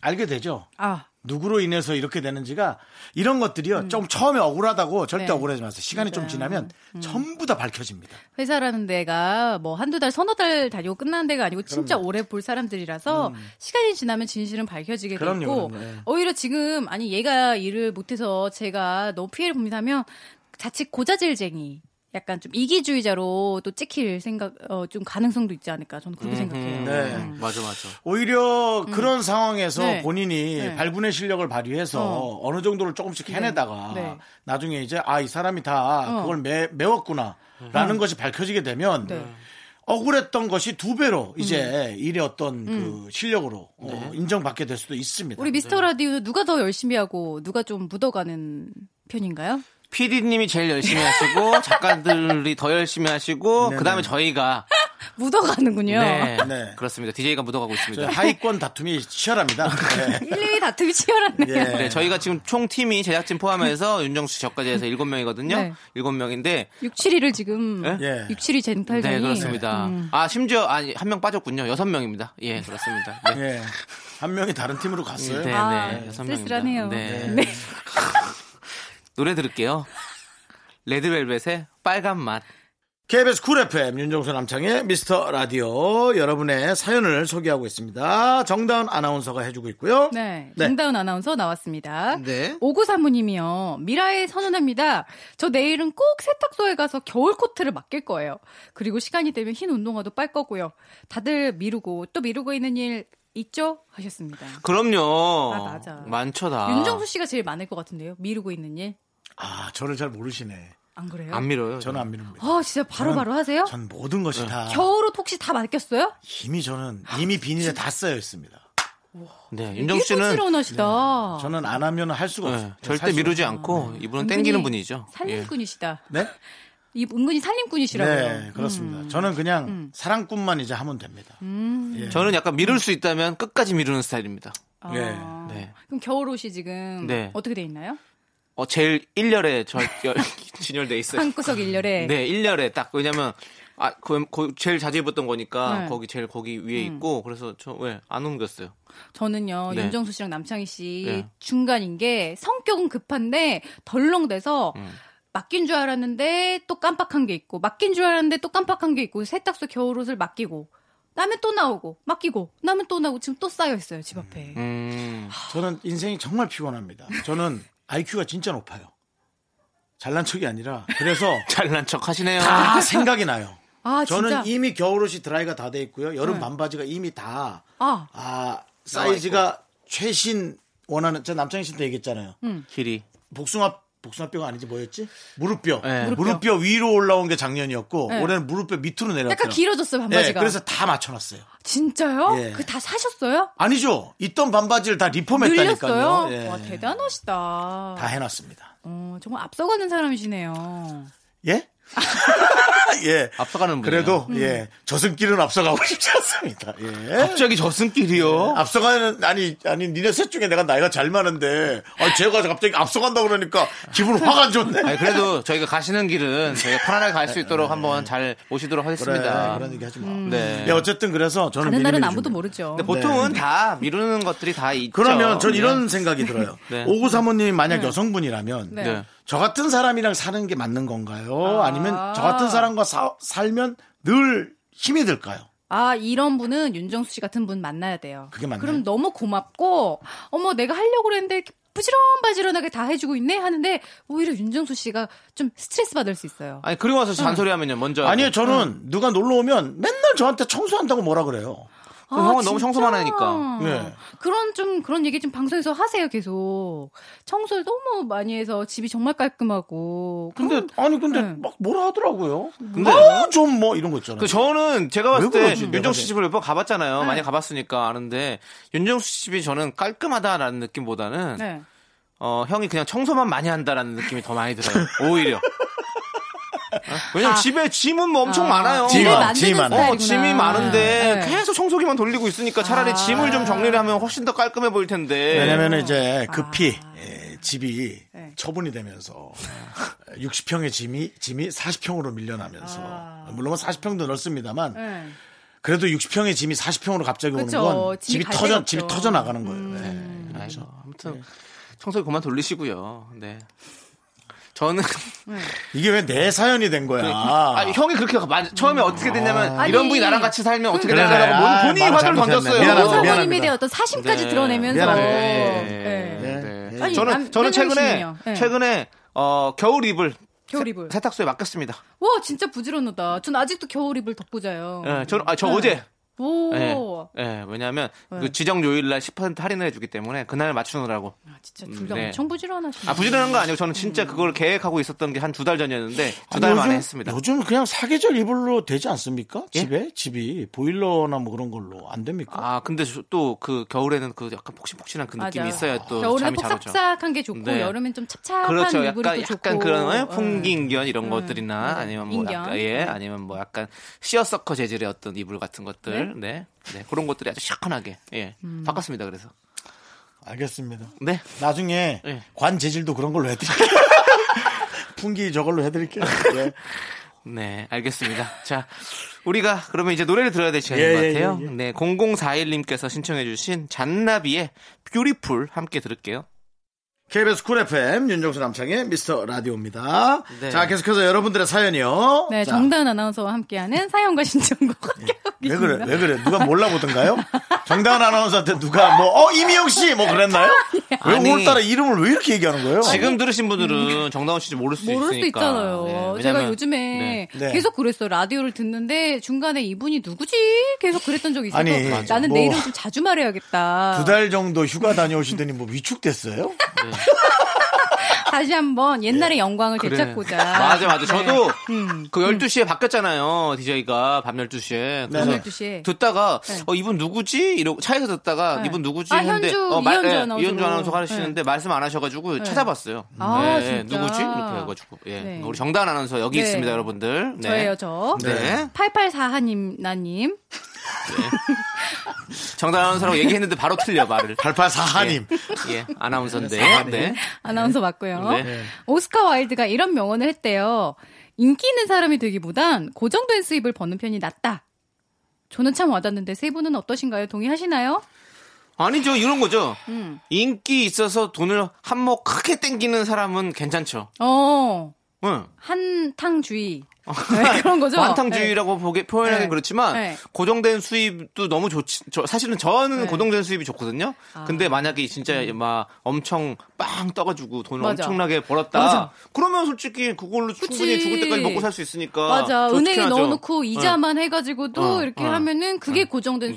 S1: 알게 되죠.
S6: 아
S1: 누구로 인해서 이렇게 되는지가 이런 것들이요. 좀 처음에 억울하다고 절대
S6: 네.
S1: 억울하지 마세요. 시간이 좀
S6: 맞아요. 음.
S1: 지나면 전부 다 밝혀집니다.
S6: 회사라는 데가 뭐 한두 달 서너 달 다니고 끝나는 데가 아니고 진짜 오래 볼 사람들이라서 시간이 지나면 진실은 밝혀지게
S1: 음. 그럼요,
S6: 되고
S1: 그럼요. 예.
S6: 오히려 지금 아니 얘가 일을 못해서 제가 너무 피해를 봅니다 하면 자칫 고자질쟁이 약간 좀 이기주의자로 또 찍힐 생각 어, 좀 가능성도 있지 않을까 저는 그렇게 생각해요.
S1: 네.
S2: 맞아, 맞아. 음.
S1: 오히려 그런 상황에서
S6: 네.
S1: 본인이
S6: 네.
S1: 발군의 실력을 발휘해서 어. 느 정도를 조금씩
S2: 음.
S1: 해내다가
S6: 네.
S1: 나중에 이제 아 이 사람이 다
S6: 어.
S1: 그걸 매, 메웠구나
S2: 음.
S1: 라는 것이 밝혀지게 되면
S6: 네.
S1: 억울했던 것이 두 배로
S2: 음.
S1: 이제 일의 어떤 그 실력으로 어,
S2: 네.
S1: 인정받게 될 수도 있습니다.
S6: 우리 미스터 라디오 누가 더 열심히 하고 누가 좀 묻어가는 편인가요?
S2: PD님이 제일 열심히
S6: [LAUGHS]
S2: 하시고 작가들이 더 열심히 하시고
S1: 네네.
S2: 그다음에 저희가
S6: 묻어가는군요. [LAUGHS]
S2: 네,
S1: 네.
S2: 그렇습니다. DJ가 묻어가고
S1: 저
S2: 있습니다.
S1: 네. 하위권 다툼이
S2: [LAUGHS]
S1: 치열합니다. 네.
S6: 1, 2위 다툼이 치열하네요.
S1: 예.
S2: 네, 저희가 지금 총 팀이 제작진 포함해서 윤정수 씨 저까지 해서 일곱
S6: 네.
S2: 명이거든요. 일곱 명인데
S6: 6, 7위를 지금
S2: 예?
S1: 예.
S6: 6, 7위 젠탈전이 음.
S2: 네, 그렇습니다. 아, 심지어 아니 한 명 빠졌군요. 여섯 명입니다. 예, 그렇습니다.
S6: [LAUGHS]
S2: 네.
S1: 예. 한 명이 다른 팀으로 갔어요.
S2: 네,
S6: 아,
S2: 네, 여섯 명입니다.
S6: 쓸쓸하네요.
S2: 네.
S6: 네.
S2: 노래 들을게요. 레드벨벳의 빨간 맛.
S1: KBS 쿨 FM 윤정수 남창의 미스터 라디오 여러분의 사연을 소개하고 있습니다. 정다은 아나운서가 해주고 있고요.
S6: [LAUGHS] 네.
S1: 네.
S6: 정다운 아나운서 나왔습니다.
S2: 네.
S6: 오구사모님이요. 미라에 선언합니다. 저 내일은 꼭 세탁소에 가서 겨울 코트를 맡길 거예요. 그리고 시간이 되면 흰 운동화도 빨 거고요. 다들 미루고 또 미루고 있는 일 있죠? 하셨습니다.
S2: 그럼요.
S6: 아, 맞아.
S2: 많죠 다.
S6: 윤정수 씨가 제일 많을 것 같은데요. 미루고 있는 일.
S1: 아 저를 잘 모르시네.
S6: 안 그래요?
S2: 안 밀어요.
S1: 저는 안 미룹니다.
S6: 아, 진짜 바로바로
S1: 저는-
S6: 하세요?
S1: 전 모든
S2: 네.
S1: 것이 다
S6: 겨울옷 혹시 다 맡겼어요?
S1: 이미 저는 이미 비닐에 다 쌓여 있습니다.
S2: 네, 윤정수 씨는
S6: 소스러운 옷이다.
S1: 저는 안 하면 할 수가
S2: 아. 네,
S1: 없어요.
S2: 절대
S1: 살 수가
S2: 미루지 않고 이분은
S6: 은근히
S2: 땡기는 분이죠. 예.
S6: 살림꾼이시다.
S1: 없어요. 네?
S6: 이 은근히 살림꾼이시라고요. 음.
S1: 네, 그렇습니다. 저는 그냥 사랑꾼만 이제 하면 됩니다. 예.
S2: 저는 약간 미룰 수 있다면 끝까지 미루는 스타일입니다.
S6: 아.
S1: 예.
S2: 네.
S6: 그럼 겨울옷이 지금
S2: 네.
S6: 어떻게 돼 있나요?
S2: 어, 제일 1열에 저 [LAUGHS] 열- 진열돼 있어요.
S6: 한구석 일렬에
S2: 네, 1열에 딱 왜냐면 아, 그, 그 제일 자주 입었던 거니까
S6: 네.
S2: 거기 제일 거기 위에 있고 그래서 저 왜 안 옮겼어요.
S6: 저는요
S2: 네.
S6: 윤정수 씨랑 남창희 씨
S2: 네.
S6: 중간인 게 성격은 급한데 덜렁대서
S2: 음.
S6: 맡긴 줄 알았는데 또 깜빡한 게 있고 맡긴 줄 알았는데 또 깜빡한 게 있고 세탁소 겨울옷을 맡기고 남에 또 나오고 맡기고 남에 또 나오고 지금 또 쌓여 있어요 집 앞에.
S2: 음.
S1: 저는 인생이 정말 피곤합니다. 저는 IQ가 진짜 높아요. 잘난 척이 아니라
S6: [LAUGHS]
S1: 그래서
S2: 잘난 척 하시네요.
S1: 다 생각이 나요.
S6: 아
S1: 저는
S6: 진짜 네.
S1: 이미 겨울옷이 드라이가 다 돼 있고요. 여름 반바지가 이미 다
S6: 아
S1: 아, 사이즈가 최신 원하는 저 남창희 씨도 얘기했잖아요.
S6: 음.
S2: 길이.
S1: 복숭아 복숭아뼈가 아니지 뭐였지? 무릎뼈.
S2: 네.
S1: 무릎뼈. 위로 올라온 게 작년이었고
S6: 네.
S1: 올해는 무릎뼈 밑으로 내려왔어요. 네,
S6: 약간 길어졌어요
S1: 그렇죠.
S6: 반바지가.
S1: 그래서 다 맞춰놨어요.
S6: 진짜요?
S1: 예.
S6: 그 다 사셨어요?
S1: 아니죠. 있던 반바지를 다
S6: 늘렸어요?
S1: 리폼했다니까요. 예.
S6: 와 대단하시다.
S1: 다 해놨습니다.
S6: 어, 정말 앞서가는 사람이시네요. [LAUGHS]
S1: 예? 예.
S2: 앞서가는 분이요.
S1: 그래도
S6: 음.
S1: 예 저승길은 앞서가고 [LAUGHS] 싶지 않습니다. 예.
S2: 갑자기
S1: 네.
S2: 저승길이요.
S1: 아, 앞서가는 아니 아니 니네 셋 중에 내가 나이가 잘 많은데 아 제가 갑자기 앞서간다 그러니까 기분 화가 안 좋네.
S2: 아니, 그래도 저희가 가시는 길은 저희가 편안하게 갈 수 있도록 한번 잘 모시도록
S1: 그래,
S2: 하겠습니다.
S1: 네. 그런 얘기 하지 마.
S2: 네.
S1: 예, 어쨌든 그래서 저는 뭐
S6: 다른 날은
S1: 미리미리
S6: 아무도
S1: 준비.
S6: 모르죠.
S2: 근데 보통은 다 미루는 것들이 다 있죠.
S1: 네. 그러면 전
S2: 네.
S1: 이런 생각이 들어요.
S2: 네.
S1: 오구 사모님이 만약 여성분이라면
S6: 네.
S2: 네.
S1: 저 같은 사람이랑 사는 게 맞는 건가요? 아~ 니면저 같은 사람과 사- 살면 늘 힘이 들까요?
S6: 아 이런 분은 윤정수 씨 같은 분 만나야 돼요.
S1: 그게 맞나요?
S6: 럼 너무 고맙고 어머 내가 하려고 그랬는데 이렇게 부지런바지런하게 다 해주고 있네 하는데 오히려 윤정수 씨가 좀 스트레스 받을 수 있어요.
S2: 아니 그리고 와서 잔소리하면요. 먼저
S1: 아니요, 저는 누가 놀러 오면 맨날 저한테 청소한다고 뭐라 그래요.
S6: 아,
S2: 형은
S6: 진짜?
S2: 너무 청소만 하니까.
S1: 예.
S6: 그런 좀 그런 얘기 좀 방송에서 하세요 계속 청소를 너무 많이 해서 집이 정말 깔끔하고
S1: 근데
S6: 그럼-
S1: 아니 근데
S6: 네.
S1: 막 뭐라 하더라고요.
S2: 근데-
S1: 아우 좀 뭐 이런 거 있잖아요.
S2: 그 저는 제가 봤을
S1: 왜
S2: 때
S1: 그러지, 내가
S2: 윤정수 씨 집을 몇 번 가봤잖아요.
S6: 네.
S2: 많이 가봤으니까 아는데 윤정수 씨 집이 저는 깔끔하다라는 느낌보다는
S6: 네.
S2: 어, 형이 그냥 청소만 많이 한다라는 느낌이 더
S1: [LAUGHS]
S2: 많이 들어요. 오히려. 어? 왜냐면
S6: 아.
S2: 집에 짐은 뭐 엄청
S6: 아,
S2: 많아요.
S1: 짐이
S6: 집에
S1: 많아,
S6: 만드는
S1: 짐이 많아.
S2: 어,
S6: 스타일이구나.
S2: 짐이 많은데
S6: 네.
S2: 계속 청소기만 돌리고 있으니까 차라리
S6: 아.
S2: 짐을 좀 정리를 하면 훨씬 더 깔끔해 보일 텐데.
S1: 왜냐면 이제 급히 예, 집이
S6: 아. 네.
S1: 처분이 되면서 60평의 짐이 짐이 40평으로 밀려나면서 물론 40평도 넓습니다만
S6: 아. 네.
S1: 그래도 60평의 짐이 40평으로 갑자기
S6: 그쵸.
S1: 오는 건 집이
S6: 짐이 갈
S1: 터져
S6: 데가
S1: 집이
S6: 없죠. 음.
S1: 터져 나가는 거예요. 네.
S2: 아이고, 아무튼 청소기 그만 돌리시고요. 네. 저는
S1: 이게 왜 내 사연이 된 거야?
S2: 아, 형이 그렇게 마- 처음에 어떻게 됐냐면
S6: 아니.
S2: 이런 분이 나랑 같이 살면 어떻게
S1: 그러네.
S2: 되냐고
S1: 아,
S2: 본인이
S1: 말을
S2: 화를
S1: 잘못했네.
S2: 던졌어요.
S1: 미안합니다. 미안-
S6: 사모님에 대한 어떤 사심까지
S2: 네.
S6: 드러내면서
S1: 미안합니다.
S6: 네.
S2: 네.
S1: 네.
S6: 아니,
S2: 저는
S6: 남-
S2: 저는 최근에
S6: 남편이시군요. 네.
S2: 최근에 어, 겨울 이불
S6: 겨울 이불.
S2: 세탁소에 맡겼습니다.
S6: 와 진짜 부지런하다. 전 아직도 겨울 이불 덮고 자요.
S2: 네. 예, 저는 아, 저 어제
S6: 오.
S2: 예. 예, 왜냐하면 그 지정 요일날 10% 할인을 해주기 때문에 그날 맞추느라고.
S6: 아, 진짜 둘 다
S2: 음, 네.
S6: 엄청 부지런하시네.
S2: 아 부지런한 거 아니고 저는 진짜 그걸 계획하고 있었던 게 한 두 달 전이었는데 두 달
S1: 아, 요즘-
S2: 만에 했습니다.
S1: 요즘 그냥 사계절 이불로 되지 않습니까?
S2: 예?
S1: 집에 집이 보일러나 뭐 그런 걸로 안 됩니까?
S2: 아 근데 또 그 겨울에는 그 약간 폭신폭신한 그 느낌이
S6: 맞아.
S2: 있어야 또
S6: 겨울에는
S2: 잠이 잘 오죠.
S6: 폭삭삭한 게 좋고
S2: 네.
S6: 여름엔 좀 찹찹한
S2: 그렇죠.
S6: 이불이
S2: 약간
S6: 또 좋고.
S2: 약간 그런 어,
S6: 예.
S2: 풍기인견 이런
S6: 음,
S2: 것들이나
S6: 맞아요.
S2: 아니면 뭐
S6: 인견.
S2: 약간 예 아니면 뭐 약간 시어서커 재질의 어떤 이불 같은 것들 네, 네, 그런 것들이 아주 시원하게 예
S6: 음.
S2: 바꿨습니다. 그래서
S1: 알겠습니다.
S2: 네
S1: 나중에
S2: 예.
S1: 관 재질도 그런 걸로
S2: [LAUGHS]
S1: 해드릴게요. [LAUGHS] 풍기 저걸로 해드릴게요. 예.
S2: 네, 알겠습니다. [LAUGHS] 자, 우리가 그러면 이제 노래를 들어야 될 시간인
S1: 예,
S2: 것
S1: 예,
S2: 같아요.
S1: 예, 예.
S2: 네, 0041님께서 신청해주신 잔나비의 뷰티풀 함께 들을게요.
S1: KBS 쿨 FM 윤정수 남창의 미스터 라디오입니다.
S2: 네.
S1: 자 계속해서 여러분들의 사연이요.
S6: 네,
S1: 자,
S6: 정다은 아나운서와 함께하는 사연과 신청곡 함께하고
S1: 왜
S6: 계십니다.
S1: 그래? 왜 그래? 누가 몰라보던가요? 정다은 아나운서한테 누가 뭐 어 이미영 씨 뭐 그랬나요? 왜
S2: 아니.
S1: 오늘따라 이름을 왜 이렇게 얘기하는 거예요?
S2: 지금 들으신 분들은 정다운 씨인지 모를 수도
S6: 음. 모를 수
S2: 있으니까.
S6: 있잖아요.
S2: 네, 왜냐면-
S6: 제가
S1: 네.
S6: 요즘에
S1: 네.
S6: 계속 그랬어요. 라디오를 듣는데 중간에 이분이 누구지? 계속 그랬던 적이 있어서
S1: 아니,
S6: 나는
S1: 뭐-
S6: 내 이름 좀 자주 말해야겠다.
S1: 두 달 정도 휴가 다녀오시더니 뭐 위축됐어요?
S6: 다시 한번 옛날의 영광을
S2: 예. 그래.
S6: 되찾고자. 네.
S2: 맞아, 맞아. 저도
S6: 음.
S2: 그 12시에 바뀌었잖아요. DJ가 밤
S1: 네.
S2: 12시에. 그래서
S6: 12시에.
S2: 듣다가
S6: 네.
S2: 어 이분 누구지? 이러고 차에서 듣다가
S6: 네.
S2: 이분 누구지?
S6: 아,
S2: 했는데
S6: 현주,
S2: 어, 마-
S6: 이현주
S2: 예,
S6: 아나운서도. 네.
S2: 이현주 아나운서가 하시는데 말씀 안 하셔 가지고 찾아봤어요.
S6: 아,
S2: 예,
S6: 진짜?
S2: 누구지? 이렇게 해 가지고. 예.
S6: 네.
S2: 우리 정다은 아나운서 여기
S6: 네.
S2: 있습니다, 여러분들. 네.
S6: 저예요, 저.
S2: 네.
S6: 8841님, 나님.
S2: 정다은 아나운서라고 얘기했는데 바로 틀려 [LAUGHS] 말을.
S1: 884하님.
S6: 네.
S2: 예. 예. 아나운서인데. 네.
S6: 아나운서 맞고요.
S2: 네. 네.
S6: 오스카 와일드가 이런 명언을 했대요. 인기 있는 사람이 되기보단 고정된 수입을 버는 편이 낫다. 저는 참 와닿는데 세 분은 어떠신가요? 동의하시나요?
S2: 아니죠. 이런 거죠.
S6: 음.
S2: 인기 있어서 돈을 한몫 크게 땡기는 사람은 괜찮죠.
S6: 어,
S2: 응.
S6: 한탕주의. 네, 그런 거죠?
S2: 완탕주의라고 보게 표현하기
S6: 네.
S2: 는 그렇지만
S6: 네.
S2: 고정된 수입도 너무 좋지. 저- 사실은 저는
S6: 네. 아. 음.
S2: 고정된 수입이 좋거든요. 근데 만약에 진짜 막 엄청 빵 떠가지고 돈을
S6: 맞아.
S2: 엄청나게 벌었다.
S6: 맞아.
S2: 그러면 솔직히 그걸로 충분히
S6: 그치.
S2: 죽을 때까지 먹고 살 수 있으니까.
S6: 맞아.
S2: 좋게
S6: 은행에
S2: 하죠.
S6: 넣어놓고
S2: 네.
S6: 이자만 해가지고도
S2: 어,
S6: 이렇게
S2: 어.
S6: 하면은 그게 고정된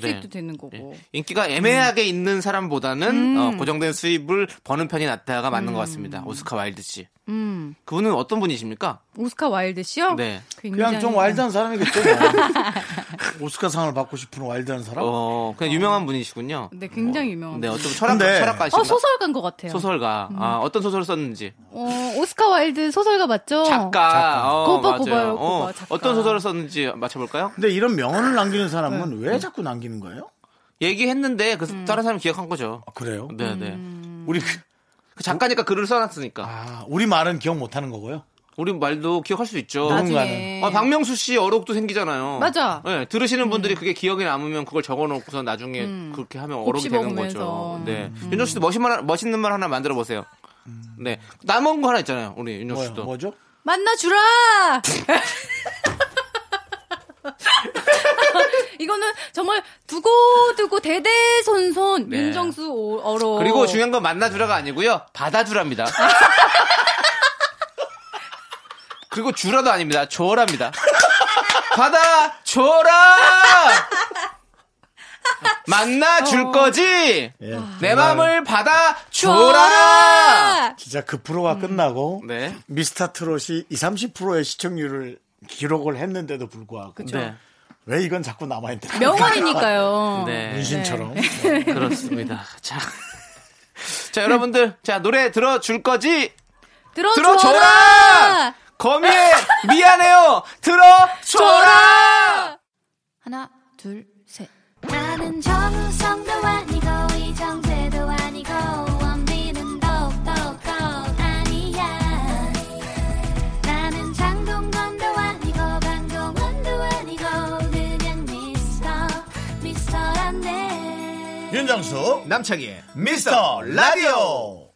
S2: 네.
S6: 수입도 되는 거고.
S2: 인기가 애매하게
S6: 음.
S2: 있는 사람보다는 어, 고정된 수입을 버는 편이 낫다가 맞는 것 같습니다. 오스카 와일드 씨.
S6: 음. 어.
S2: 그분은 어떤 분이십니까?
S6: 오스카 와일드 씨요?
S2: 네.
S1: 그냥
S6: 굉장히-
S1: 좀 와일드한 사람이겠죠.
S6: [LAUGHS]
S1: 뭐. 오스카상을 받고 싶은 와일드한 사람?
S2: 어, 그냥 유명한 분이시군요.
S6: 네, 굉장히 유명한.
S2: 네, 어떤 철학,
S1: 근데-
S2: 철학가이신가?
S6: 어, 소설가인 것 같아요.
S2: 소설가.
S6: 음.
S2: 아, 어떤 소설을 썼는지.
S6: 어, 오스카 와일드 소설가 맞죠?
S2: 작가. 어,
S6: 그거
S2: 맞아요.
S6: 봐요, 그거
S2: 어,
S6: 작가.
S2: 어떤 소설을 썼는지 맞춰볼까요?
S1: 근데 이런 명언을 남기는 사람은
S6: 네.
S1: 왜 자꾸 남기는 거예요?
S2: 얘기했는데 그
S6: 음.
S2: 다른 사람이 기억한 거죠.
S1: 아, 그래요?
S2: 네, 네.
S1: 우리 그-
S2: 그 작가니까 글을 써놨으니까.
S1: 아, 우리 말은 기억 못 하는 거고요.
S2: 우리 말도 기억할 수 있죠.
S6: 나중에.
S2: 아, 박명수 씨 어록도 생기잖아요.
S6: 맞아. 음.
S2: 네, 들으시는 분들이 그게 기억에 남으면 그걸 적어놓고서 나중에 그렇게 하면 어록이 되는 거죠.
S6: 곱씹어보면서. 음.
S2: 네. 윤정 씨도 멋있는 말, 멋있는 말 하나 만들어 보세요. 네. 남은 거 하나 있잖아요. 우리 윤정
S1: 뭐야,
S2: 씨도.
S1: 뭐죠?
S6: 만나주라! [LAUGHS] 이거는 정말 두고두고 대대손손
S2: 네.
S6: 윤정수 오- 어로
S2: 그리고 중요한 건 만나주라가 아니고요. [LAUGHS] 받아주랍니다. 그리고 주라도 아닙니다. 줘랍니다. 받아 줘라. 만나 줄 거지.
S1: 예.
S6: 아.
S2: 내 마음을 받아 줘라.
S6: 줘라!
S1: 진짜 그 프로가
S6: 음.
S1: 끝나고
S2: 네.
S1: 미스터 트롯이 2, 30%의 시청률을 기록을 했는데도 불구하고
S2: 네.
S1: 왜 이건 자꾸 남아 있는
S6: 명언이니까요.
S2: 네.
S1: [LAUGHS] 문신처럼.
S6: [LAUGHS]
S2: 그렇습니다. 자. 자, 여러분들. 자, 노래 들어 줄 거지?
S6: 들어줘라!
S2: 들어줘라! 거미의 미안해요. 들어 줘라.
S6: 하나, 둘, 셋.
S3: 나는 정우성도 아니고 이정재도 아니고 원빈은 더욱더 아니야 나는 장동건도 아니고 강동원도 아니고 그냥 미스터 미스터란데
S5: 윤정수
S2: 남창희의
S5: 미스터 라디오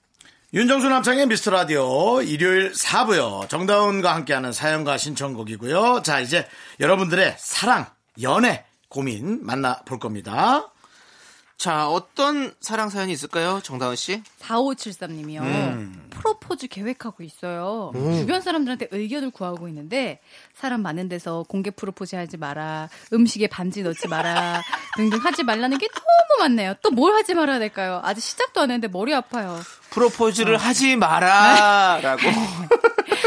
S1: 윤정수 남창의 미스터 라디오 일요일 4부요. 정다운과 함께하는 사연과 신청곡이고요. 자, 이제 여러분들의 사랑, 연애, 고민 만나볼 겁니다.
S2: 자, 어떤 사랑 사연이 있을까요? 정다은 씨?
S6: 4573님이요.
S1: 음.
S6: 프로포즈 계획하고 있어요. 주변 사람들한테 의견을 구하고 있는데 사람 많은 데서 공개 프로포즈 하지 마라. 음식에 반지
S1: [LAUGHS]
S6: 넣지 마라. 등등 하지 말라는 게 너무 많네요. 또 뭘 하지 말아야 될까요? 아직 시작도 안 했는데 머리 아파요.
S2: 프로포즈를 하지 [LAUGHS] 마라! 라고.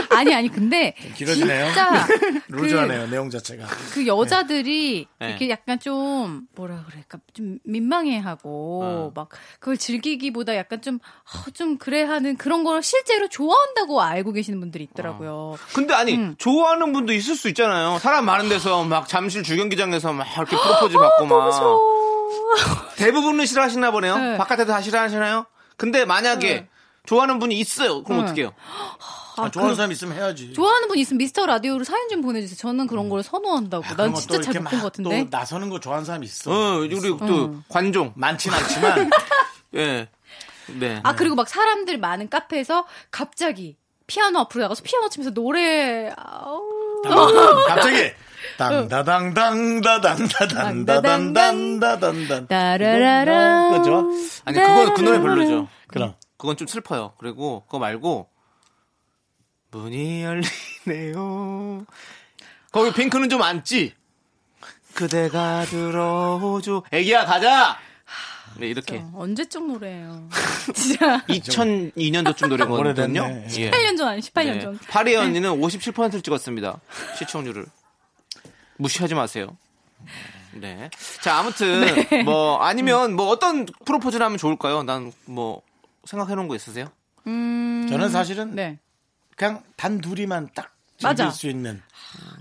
S6: 아니 아니 근데
S1: 길어지네요.
S6: 진짜 그,
S1: [LAUGHS] 루즈하네요 내용 자체가.
S6: 그 여자들이
S2: 네.
S6: 이렇게 약간 좀 뭐라 그럴까 좀 민망해하고
S1: 어.
S6: 막 그걸 즐기기보다 약간 좀 좀 그래 하는 그런 걸 실제로 좋아한다고 알고 계시는 분들이 있더라고요.
S2: 근데 아니, 좋아하는 분도 있을 수 있잖아요. 사람 많은 데서 막 잠실 주경기장에서 막 이렇게 프로포즈 받고 막.
S1: 어.
S2: 대부분은 싫어하시나 보네요.
S6: 네.
S2: 바깥에서 다 싫어하시나요? 근데 만약에
S6: 네.
S2: 좋아하는 분이 있어요. 그럼
S6: 네.
S2: 어떡해요?
S1: 아, 좋아하는
S6: 그
S1: 사람 있으면 해야지.
S6: 좋아하는 분 있으면 미스터 라디오로 사연 좀 보내주세요. 저는 그런 걸 선호한다고.
S1: 야, 음. 아, 그런
S6: 난
S1: 거또
S6: 진짜 잘
S1: 이렇게
S6: 못 본 것
S1: 막
S6: 같은데.
S1: 또 나서는 거 좋아하는 사람 있어.
S2: 어, 그리고 또 관종.
S1: 많진
S2: [LAUGHS]
S1: 않지만
S2: 예. 네.
S6: 아 그리고 막 사람들 많은 카페에서 갑자기 피아노 앞으로 나가서 피아노 치면서 노래 아우
S2: [LAUGHS]
S1: 갑자기 당다당당다당다당다당다당다당
S6: 따라라라
S1: 그죠?
S2: 아니 그건 그 노래 별로죠.
S1: 그럼
S2: 그건 좀 슬퍼요. 그리고 그거 말고 문이 열리네요. 거기 핑크는 좀 앉지. 그대가 들어오죠. 애기야 가자. 네 이렇게
S6: 어,
S1: [LAUGHS]
S6: 언제적 노래예요. 진짜
S2: 2002년도쯤 노래거든요.
S1: 오래됐네.
S2: 예.
S6: 18년 전 아니 18년
S2: 네.
S6: 전.
S2: 파리의 언니는 57%를 찍었습니다. 시청률을 무시하지 마세요. 네. 자 아무튼
S6: 네.
S2: 뭐 아니면 뭐 어떤 프로포즈를 하면 좋을까요? 난 뭐 생각해놓은 거 있으세요?
S1: 저는 사실은
S6: 네.
S1: 그냥 단 둘이만 딱
S6: 맞아.
S1: 즐길 수 있는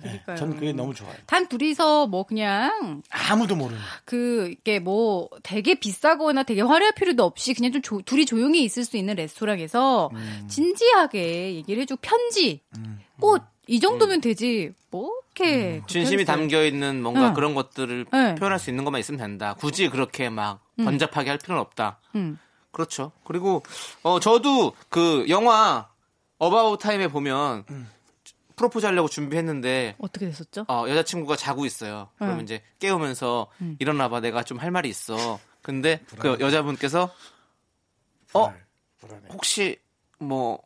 S6: 그러니까요.
S1: 전 그게 너무 좋아요.
S6: 단 둘이서 뭐 그냥
S1: 아무도 모르는
S6: 그 이게 뭐 되게 비싸거나 되게 화려할 필요도 없이 그냥 좀 조- 둘이 조용히 있을 수 있는 레스토랑에서
S1: 음.
S6: 진지하게 얘기를 해주고 편지, 꽃 이 정도면 되지 뭐
S1: 음.
S6: 이렇게 그렇게
S2: 진심이
S6: 하겠어요.
S2: 담겨 있는 뭔가
S6: 응.
S2: 그런 것들을
S6: 네.
S2: 표현할 수 있는 것만 있으면 된다. 굳이 그렇게 막 번잡하게 할 필요는 없다.
S6: 음.
S2: 그렇죠. 그리고 어 저도 그 영화 어바웃 타임에 보면 프로포즈 하려고 준비했는데
S6: 어떻게 됐었죠?
S2: 어, 여자친구가 자고 있어요. 그러면
S6: 응.
S2: 이제 깨우면서 일어나 봐. 내가 좀 할 말이 있어. 근데 그 여자분께서 어 혹시 뭐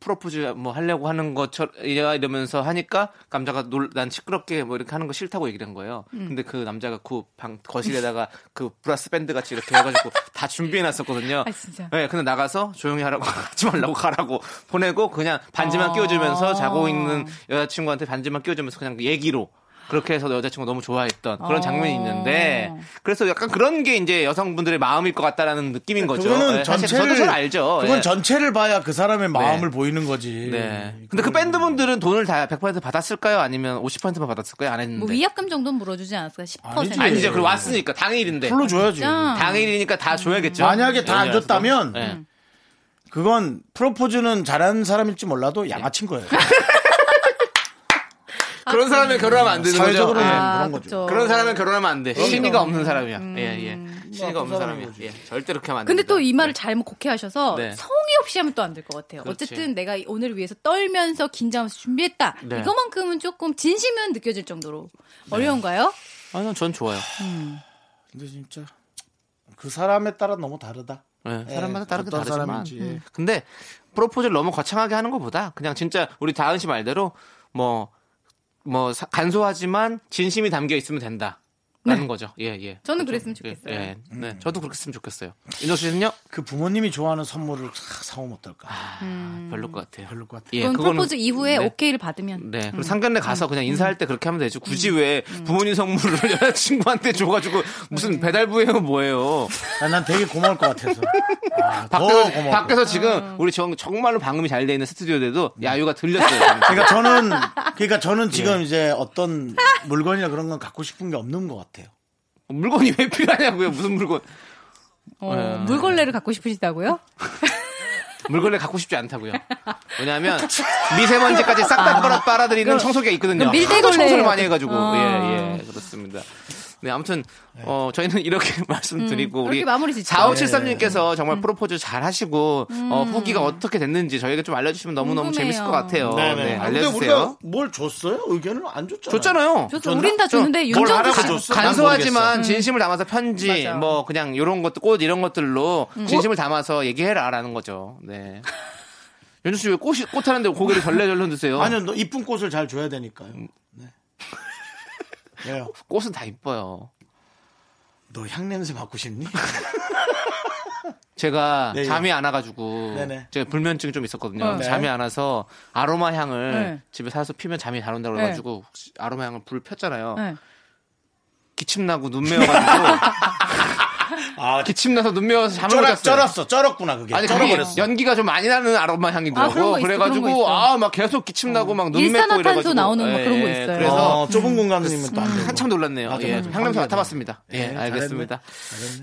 S2: 프로포즈 뭐 하려고 하는 것처럼 이래- 이러면서 하니까 남자가 놀, 난 시끄럽게 뭐 이렇게 하는 거 싫다고 얘기를 한 거예요. 근데 그 남자가 그 방 거실에다가 그 브라스 밴드 같이 이렇게 해가지고 다 준비해 놨었거든요.
S6: 아, 진짜.
S2: 네, 근데 나가서 조용히 하라고 [LAUGHS] 하지 말라고 가라고 보내고 그냥
S6: 아.
S2: 반지만 끼워주면서 자고 있는 여자친구한테 반지만 끼워주면서 그냥 얘기로 그렇게 해서 여자친구 가 너무 좋아했던 그런
S6: 어.
S2: 장면이 있는데 그래서 약간 그런 게 이제 여성분들의 마음일 것 같다라는 느낌인 거죠.
S1: 그거는
S2: 예, 사실 저도 잘 알죠.
S1: 그건
S2: 예.
S1: 전체를 봐야 그 사람의 마음을 보이는 거지.
S2: 네. 근데 그 밴드분들은 돈을 다 100% 받았을까요? 아니면 50%만 받았을까요? 안 했는데.
S6: 뭐 음. 위약금 정도는 물어주지 않았을까? 10%.
S1: 아니지.
S2: 아니죠. 그리고 왔으니까 당일인데.
S1: 불러 줘야지.
S6: 진짜?
S2: 당일이니까 다 줘야겠죠.
S1: 만약에 다 안
S2: 줬
S1: 줬다면
S2: 네.
S6: 음.
S1: 그건 프로포즈는 잘하는 사람일지 몰라도 양아친 거예요.
S6: 아,
S2: 그런 사람은 결혼하면 안 되는 거죠.
S1: 사회적으로는
S2: 예.
S1: 네, 그런 거죠.
S6: 그쵸.
S2: 그런 사람은 결혼하면 안 돼. 신의가 없는 사람이야. 예, 예. 신의가 없는 사람이야. 예. 절대로 그렇게 하면 안 돼.
S6: 근데 또 이 말을 잘못 곡해하셔서
S2: 네.
S6: 성의 없이 하면 또 안 될 것 같아요.
S2: 그렇지.
S6: 어쨌든 내가 오늘 위해서 떨면서 긴장하면서 준비했다.
S2: 네.
S6: 이거만큼은 조금 진심은 느껴질 정도로 어려운가요?
S2: 아, 난 전 좋아요.
S1: 근데 진짜 그 사람에 따라 너무 다르다.
S2: 예, 사람마다
S1: 예,
S2: 다르게
S1: 어떤
S2: 다르지만. 음.
S1: 사람인지. 예.
S2: 근데 프로포즈를 너무 거창하게 하는 것보다 그냥 진짜 우리 다은 씨 말대로 뭐, 뭐, 사- 간소하지만 진심이 담겨 있으면 된다. 라는 거죠. 예, 예.
S6: 네. 저는
S2: 그렇죠. 예,
S6: 그랬으면 좋겠어요.
S2: 예. 네, 저도 그렇게 했으면 좋겠어요. 윤정수 씨는요?
S1: 그 부모님이 좋아하는 선물을 사- 사오면 어떨까?
S2: 아. 별로일 것 같아요.
S1: 별로 것 같아.
S2: 예,
S6: 음. 그건
S2: 그거는-
S6: 프로포즈 이후에
S2: 네.
S6: 오케이를 받으면
S2: 네. 그리고 상견례 가서 그냥 인사할 때 그렇게 하면 되지. 굳이 왜 부모님 선물을 [LAUGHS] 여자친구한테 줘가지고 무슨 배달부예요 뭐예요.
S1: 난, 난 되게 고마울 것
S2: [LAUGHS]
S1: 같아서. 아, 더
S2: 밖에서,
S1: 고마워.
S2: 밖에서 지금 우리 정, 정말로 방음이 잘 돼 있는 스튜디오에도 야유가 들렸어요. 지금.
S1: 그러니까 저는 그러니까
S2: [LAUGHS] 예.
S1: 저는 지금 이제 어떤 물건이나 그런 건 갖고 싶은 게 없는 것 같아요.
S2: 물건이 왜 필요하냐고요. 무슨 물건.
S6: 어, 물걸레를 갖고 싶으시다고요?
S2: 물건을 갖고 싶지 않다고요. 왜냐하면 미세먼지까지 싹 다 빨아 빨아들이는 청소기가 있거든요.
S6: 그럼 밀대걸레
S2: 하도 청소를 많이 해가지고
S6: 어.
S2: 예예 그렇습니다. 네, 아무튼 어 저희는 이렇게 [LAUGHS] 말씀드리고
S6: 이렇게
S2: 우리
S6: 음, 마무리 짓죠. 네. 음.
S2: 4573님께서 정말 프로포즈 잘 하시고 어 후기가 어떻게 됐는지 저에게 좀 알려 주시면 너무너무
S6: 궁금해요.
S2: 재밌을 것 같아요. 네,
S1: 아,
S2: 알려
S1: 근데 우리가
S2: 주세요.
S1: 뭘 줬어요? 의견을 안 줬잖아요.
S2: 좋잖아요.
S6: 좋죠. 우린 다 줬는데 윤정수
S1: 하라고
S6: 씨
S1: 줬어? 난
S2: 간소하지만 진심을 담아서 편지
S6: 맞아. 음.
S2: 뭐 그냥 요런 것도 꽃 이런 것들로 진심을 담아서 얘기해라라는 거죠. 네. 윤수 씨왜 꽃이 꽃 하는데 고개를 절레절레 드세요?
S1: 아니요, 너 이쁜 꽃을 잘 줘야 되니까요.
S2: 음.
S1: 네. 왜요?
S2: 꽃은 다 이뻐요.
S1: 너 향냄새 맡고 싶니?
S2: 제가
S1: 네,
S2: 잠이 안 와가지고
S1: 네네.
S2: 제가 불면증 좀 있었거든요.
S6: 어. 네.
S2: 잠이 안 와서 아로마 향을
S6: 네.
S2: 집에 사서 피면 잠이 잘 온다고 그래가지고 혹시 아로마 향을 불 폈잖아요.
S6: 네.
S2: 기침 나고 눈
S6: [LAUGHS]
S2: 매워가지고
S1: 아,
S2: 기침 나서 눈 매워서 잠을 못
S1: 쩔었,
S2: 잤어요.
S1: 쩔었어. 쩔었구나, 그게.
S2: 아니 그게
S1: 쩔어버렸어.
S2: 연기가 좀 많이 나는 아로마
S6: 아, 그런
S2: 향이더라고.
S6: 거 있어, 그런 거
S2: 그래가지고
S6: 있어.
S2: 아 막 계속 기침 나고 막 눈 맵고
S6: 일산화탄소
S2: 이래가지고 예,
S6: 나오는 막 그런 거 있어요.
S2: 그래서 음.
S1: 어, 좁은 공감님은 또안 되고.
S2: 한참 놀랐네요.
S1: 맞아,
S2: 예,
S1: 맞아.
S2: 향냄새 맡아봤습니다.
S1: 예,
S2: 예,
S1: 잘했네.
S2: 알겠습니다.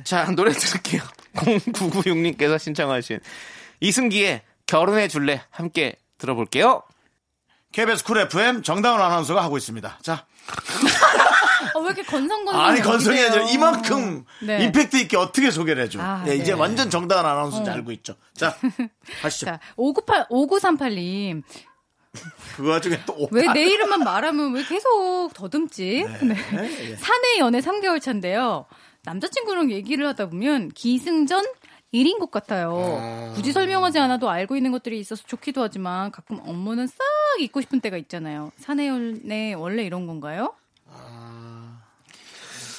S2: 자, 노래 들을게요. [LAUGHS] 0996님께서 신청하신 이승기의 결혼해 줄래 함께 들어볼게요.
S1: KBS 쿨 FM 정다운 아나운서가 하고 있습니다. 자,
S6: 아, 왜 이렇게 건성건성?
S1: 아니 건성이 아니라 이만큼
S6: 네.
S1: 임팩트 있게 어떻게 소개를 해줘.
S6: 아,
S1: 예,
S6: 네. 어.
S1: 이제 완전 정다운 아나운서인지 알고 있죠.
S6: [LAUGHS]
S1: 자, 하시죠.
S6: 자, 598, 5938님.
S1: 그 와중에 또 오빠.
S6: 왜 내 이름만 말하면 왜 계속 더듬지? 아. [LAUGHS] 네. 사내 연애 3개월 차인데요. 남자친구랑 얘기를 하다 보면 기승전 일인 것 같아요. 굳이 설명하지 않아도 알고 있는 것들이 있어서 좋기도 하지만 가끔 업무는 싹 잊고 싶은 때가 있잖아요. 사내 연애 원래 이런 건가요?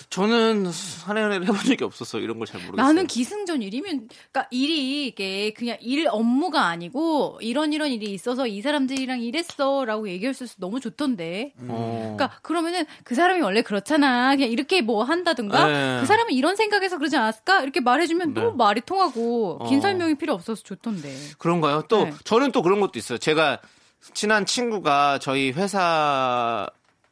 S2: 저는 사내연애를 해본 적이 없어서 이런 걸 잘 모르겠어요.
S6: 나는 기승전 일이면 그러니까 일이 이게 그냥 일 업무가 아니고 이런 이런 일이 있어서 이 사람들이랑 일했어라고 얘기했을 수 너무 좋던데.
S2: 어.
S6: 그러니까 그러면은 그 사람이 원래 그렇잖아. 그냥 이렇게 뭐 한다든가
S2: 네.
S6: 그 사람은 이런 생각해서 그러지 않았을까? 이렇게 말해주면
S2: 네.
S6: 너무 말이 통하고 긴
S2: 어.
S6: 설명이 필요 없어서 좋던데.
S2: 그런가요? 또
S6: 네.
S2: 저는 또 그런 것도 있어요. 제가 친한 친구가 저희 회사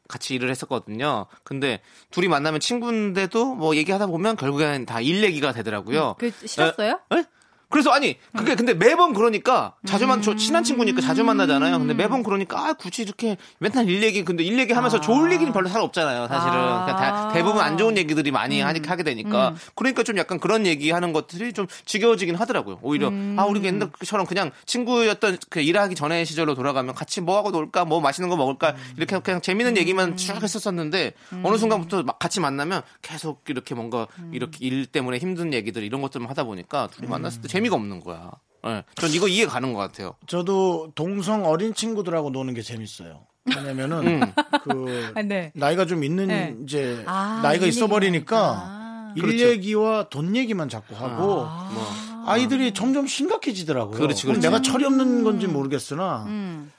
S2: 같이 일을 했었거든요. 근데 둘이 만나면 친구인데도 뭐 얘기하다 보면 결국엔 다 일 얘기가 되더라고요.
S6: 그 싫었어요?
S2: 에? 에? 그래서 아니 그게 근데 매번 그러니까 자주만 저 친한 친구니까 자주 만나잖아요.
S6: 음.
S2: 근데 매번 그러니까 아 굳이 이렇게 맨날 일 얘기 근데 일 얘기 하면서 좋을 얘기는 별로 잘 없잖아요. 사실은
S6: 아.
S2: 그냥 다- 대부분 안
S1: 아.
S2: 좋은 얘기들이 많이
S1: 음.
S2: 하니- 하게 되니까 그러니까 좀 약간 그런 얘기하는 것들이 좀 지겨워지긴 하더라고요. 오히려 아
S1: 음.
S2: 우리 옛날처럼 그냥 친구였던 그 일하기 전에 시절로 돌아가면 같이 뭐 하고 놀까 뭐 맛있는 거 먹을까
S1: 음.
S2: 이렇게 그냥 재밌는 얘기만 쭉 했었었는데 어느 순간부터 막 같이 만나면 계속 이렇게 뭔가
S1: 음.
S2: 이렇게 일 때문에 힘든 얘기들 이런 것들만 하다 보니까 둘이 만났을 때 재미가 없는 거야. 예. 전 이거 이해 가는 것 같아요.
S1: 저도 동성 어린 친구들하고 노는 게 재밌어요. [LAUGHS] 왜냐면은 그
S6: 아, 네.
S1: 나이가 좀 있는
S6: 네.
S1: 이제
S6: 아,
S1: 나이가
S6: 일
S1: 있어 버리니까
S6: 얘기니까.
S1: 일
S2: 그렇죠.
S1: 얘기와 돈 얘기만 자꾸 하고 아. 이들이 점점 심각해지더라고요.
S2: 그렇지,
S1: 그럼
S2: 그렇지.
S1: 내가 철이
S6: 음.
S1: 없는 건지 모르겠으나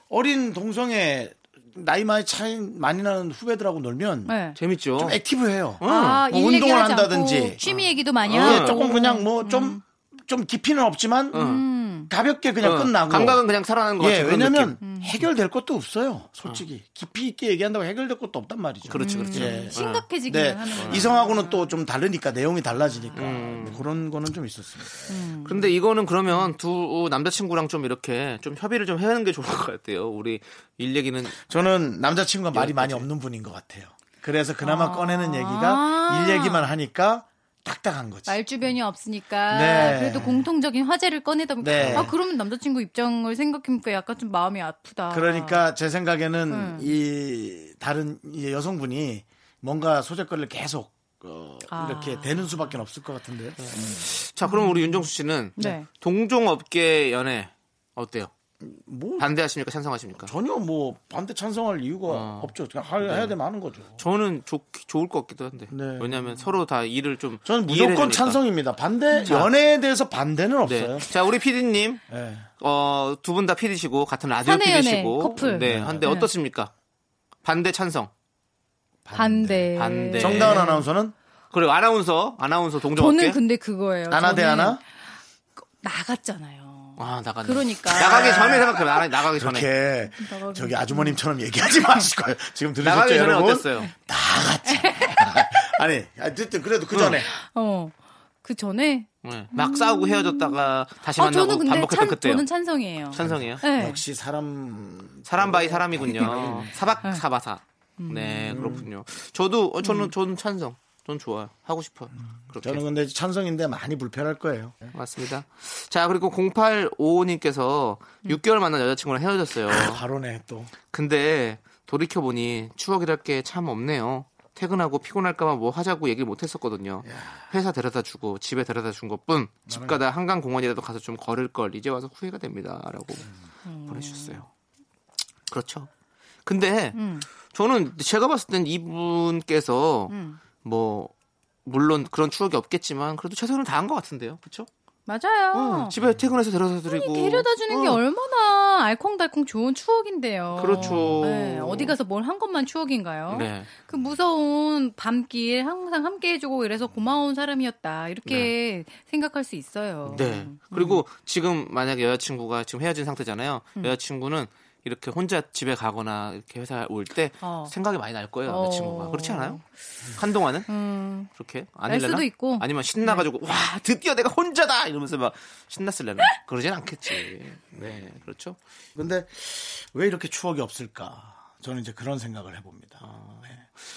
S1: 어린 동성애 나이 많이 차이 많이 나는 후배들하고 놀면
S6: 네.
S2: 재밌죠.
S1: 좀 액티브해요.
S6: 아,
S1: 뭐
S6: 일
S1: 운동을
S6: 얘기하지 않고
S1: 한다든지.
S6: 취미 얘기도 많이
S2: 어.
S1: 이게
S6: 하고
S1: 조금 그냥 뭐
S6: 음.
S1: 좀 좀 깊이는 없지만 가볍게 음. 그냥
S2: 어,
S1: 끝나고
S2: 감각은 그냥 살아나는 것
S1: 예,
S2: 같아요.
S1: 왜냐면
S6: 음.
S1: 해결될 것도 없어요. 솔직히 깊이 있게 얘기한다고 해결될 것도 없단 말이죠.
S2: 그렇지, 그렇지.
S1: 예.
S6: 음, 심각해지기만
S1: 네,
S2: 어.
S6: 하는 거예요.
S1: 이성하고는 또 좀 다르니까 내용이 달라지니까
S2: 음.
S1: 뭐 그런 거는 좀 있었습니다.
S2: 그런데 이거는 그러면 두 남자친구랑 좀 이렇게 좀 협의를 좀 해야 하는 게 좋을 것 같아요. 우리 일 얘기는
S1: 저는 남자친구가 말이 많이 없는 분인 것 같아요. 그래서 그나마 꺼내는 얘기가
S6: 아.
S1: 일 얘기만 하니까 딱딱한 거지.
S6: 말 주변이 없으니까
S1: 네.
S6: 그래도 공통적인 화제를 꺼내다 보니까
S1: 네.
S6: 아 그러면 남자친구 입장을 생각해보니까 약간 좀 마음이 아프다. 음.
S1: 그러니까 제 생각에는 이 다른 이 여성분이 뭔가 소재거리를 계속 어,
S6: 아.
S1: 이렇게 대는 수밖에 없을 것 같은데요.
S2: 자, 그럼 우리 윤정수 씨는
S6: 네.
S2: 동종업계 연애 어때요?
S1: 뭐
S2: 반대하십니까? 찬성하십니까?
S1: 전혀 뭐 반대 찬성할 이유가
S2: 아.
S1: 없죠. 그냥
S2: 네.
S1: 하- 해야 되면 하는 거죠.
S2: 저는 좋, 좋을 것 같기도 한데.
S1: 네.
S2: 왜냐면 서로 다 일을 좀.
S1: 저는
S2: 이해를
S1: 무조건
S2: 해주니까.
S1: 찬성입니다. 반대 연애에 대해서 반대는 없어요.
S2: 네. 자, 우리 피디님.
S1: 네.
S2: 어, 두 분 다 피디시고, 같은 라디오
S6: 사내 연애
S2: 피디시고.
S6: 커플.
S2: 네. 한데 어떻습니까? 반대 찬성.
S6: 반대.
S2: 반대.
S1: 정다은 아나운서는
S2: 그리고 아나운서, 아나운서 동종업계.
S6: 저는 근데 그거예요.
S1: 하나 대
S6: 저는
S1: 하나
S6: 나갔잖아요.
S2: 아, 나가네.
S6: 그러니까.
S2: 나가기 전에 생각해요. 나- 나가기 전에.
S1: 이렇게
S6: 나가기
S1: 저기 아주머님처럼 얘기하지 마시고요. 지금
S2: 나가기
S1: 들으셨죠
S2: 전에
S1: 여러분?
S2: 어땠어요?
S1: 아니 어쨌든 그래도 그 전에
S6: 어. 그 전에
S2: 네. 막 싸우고 헤어졌다가 다시
S6: 아
S2: 만나고
S6: 저는 근데
S2: 반복했던
S6: 찬,
S2: 그때요.
S6: 저는 찬성이에요.
S2: 찬성이에요?
S6: 네.
S1: 역시 사람
S2: 사람 바이
S6: 음.
S2: 네, 사람이군요. 사박 사바사. 네, 그렇군요. 저도 어, 저는 저는 찬성. 전 좋아요. 하고 싶어요. 그렇게. 네.
S1: 저는 근데 찬성인데 많이 불편할 거예요.
S2: 맞습니다. 자, 그리고 0855님께서
S6: 음.
S2: 6개월 만난 여자친구랑 헤어졌어요.
S6: 아,
S1: 바로네 또.
S2: 근데 돌이켜보니 추억이랄 게 참 없네요. 퇴근하고 피곤할까봐 뭐 하자고 얘기를 못 했었거든요. 회사 데려다 주고 집에 데려다 준 것 뿐, 집 가다 한강 공원이라도 가서 좀 걸을 걸, 이제 와서 후회가 됩니다. 라고 보내주셨어요. 그렇죠. 근데
S6: 음,
S2: 저는 제가 봤을 땐 이분께서
S6: 음.
S2: 뭐, 물론 그런 추억이 없겠지만 그래도 최선을 다한 것 같은데요. 그렇죠?
S6: 맞아요.
S2: 집에 퇴근해서 데려다
S6: 아니,
S2: 드리고.
S6: 데려다 주는 게
S2: 어.
S6: 얼마나 알콩달콩 좋은 추억인데요.
S2: 그렇죠.
S6: 네, 어디 가서 뭘 한 것만 추억인가요?
S2: 네.
S6: 그 무서운 밤길 항상 함께 해주고 이래서 고마운 사람이었다. 이렇게
S1: 네.
S6: 생각할 수 있어요.
S2: 네. 그리고 지금 만약에 여자친구가 지금 헤어진 상태잖아요.
S6: 음.
S2: 여자친구는 이렇게 혼자 집에 가거나 이렇게 회사 올 때
S6: 어.
S2: 생각이 많이 날 거예요.
S6: 어. 음.
S2: 여자친구가. 그렇지 않아요? 한동안은? 그렇게?
S6: 날
S2: 아닐려나?
S6: 수도 있고. 네.
S2: 아니면 신나가지고, 와, 드디어 내가 혼자다! 이러면서 막 신났을려나? 그러진 않겠지. 네. 그렇죠?
S1: 근데 왜 이렇게 추억이 없을까? 저는 이제 그런 생각을 해봅니다. 네.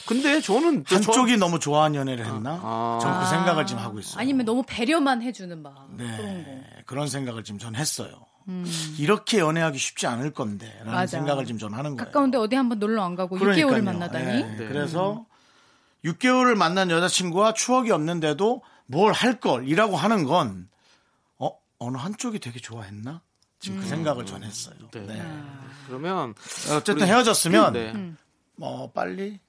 S2: 근데 저는. 아, 저-
S1: 한쪽이 너무 좋아하는 연애를 했나?
S2: 아.
S1: 전 그 생각을 지금 하고 있어요.
S6: 아니면 너무 배려만 해주는 마음. 그런 거. 음.
S1: 네, 그런 생각을 지금 전 했어요. 이렇게 연애하기 쉽지 않을 건데라는
S6: 맞아.
S1: 생각을 지금 전 하는 거예요.
S6: 가까운데 어디 한번 놀러 안 가고
S1: 그러니까요.
S6: 6개월을 만나다니.
S2: 네.
S1: 예, 그래서 6개월을 만난 여자친구와 추억이 없는데도 뭘 할 걸이라고 하는 건 어, 어느 한쪽이 되게 좋아했나? 지금
S6: 음.
S1: 그 생각을 전 했어요.
S2: 네.
S1: 네.
S6: 아.
S2: 그러면.
S1: 어쨌든
S2: 우리-
S1: 헤어졌으면
S2: 네.
S6: 음.
S1: 뭐 빨리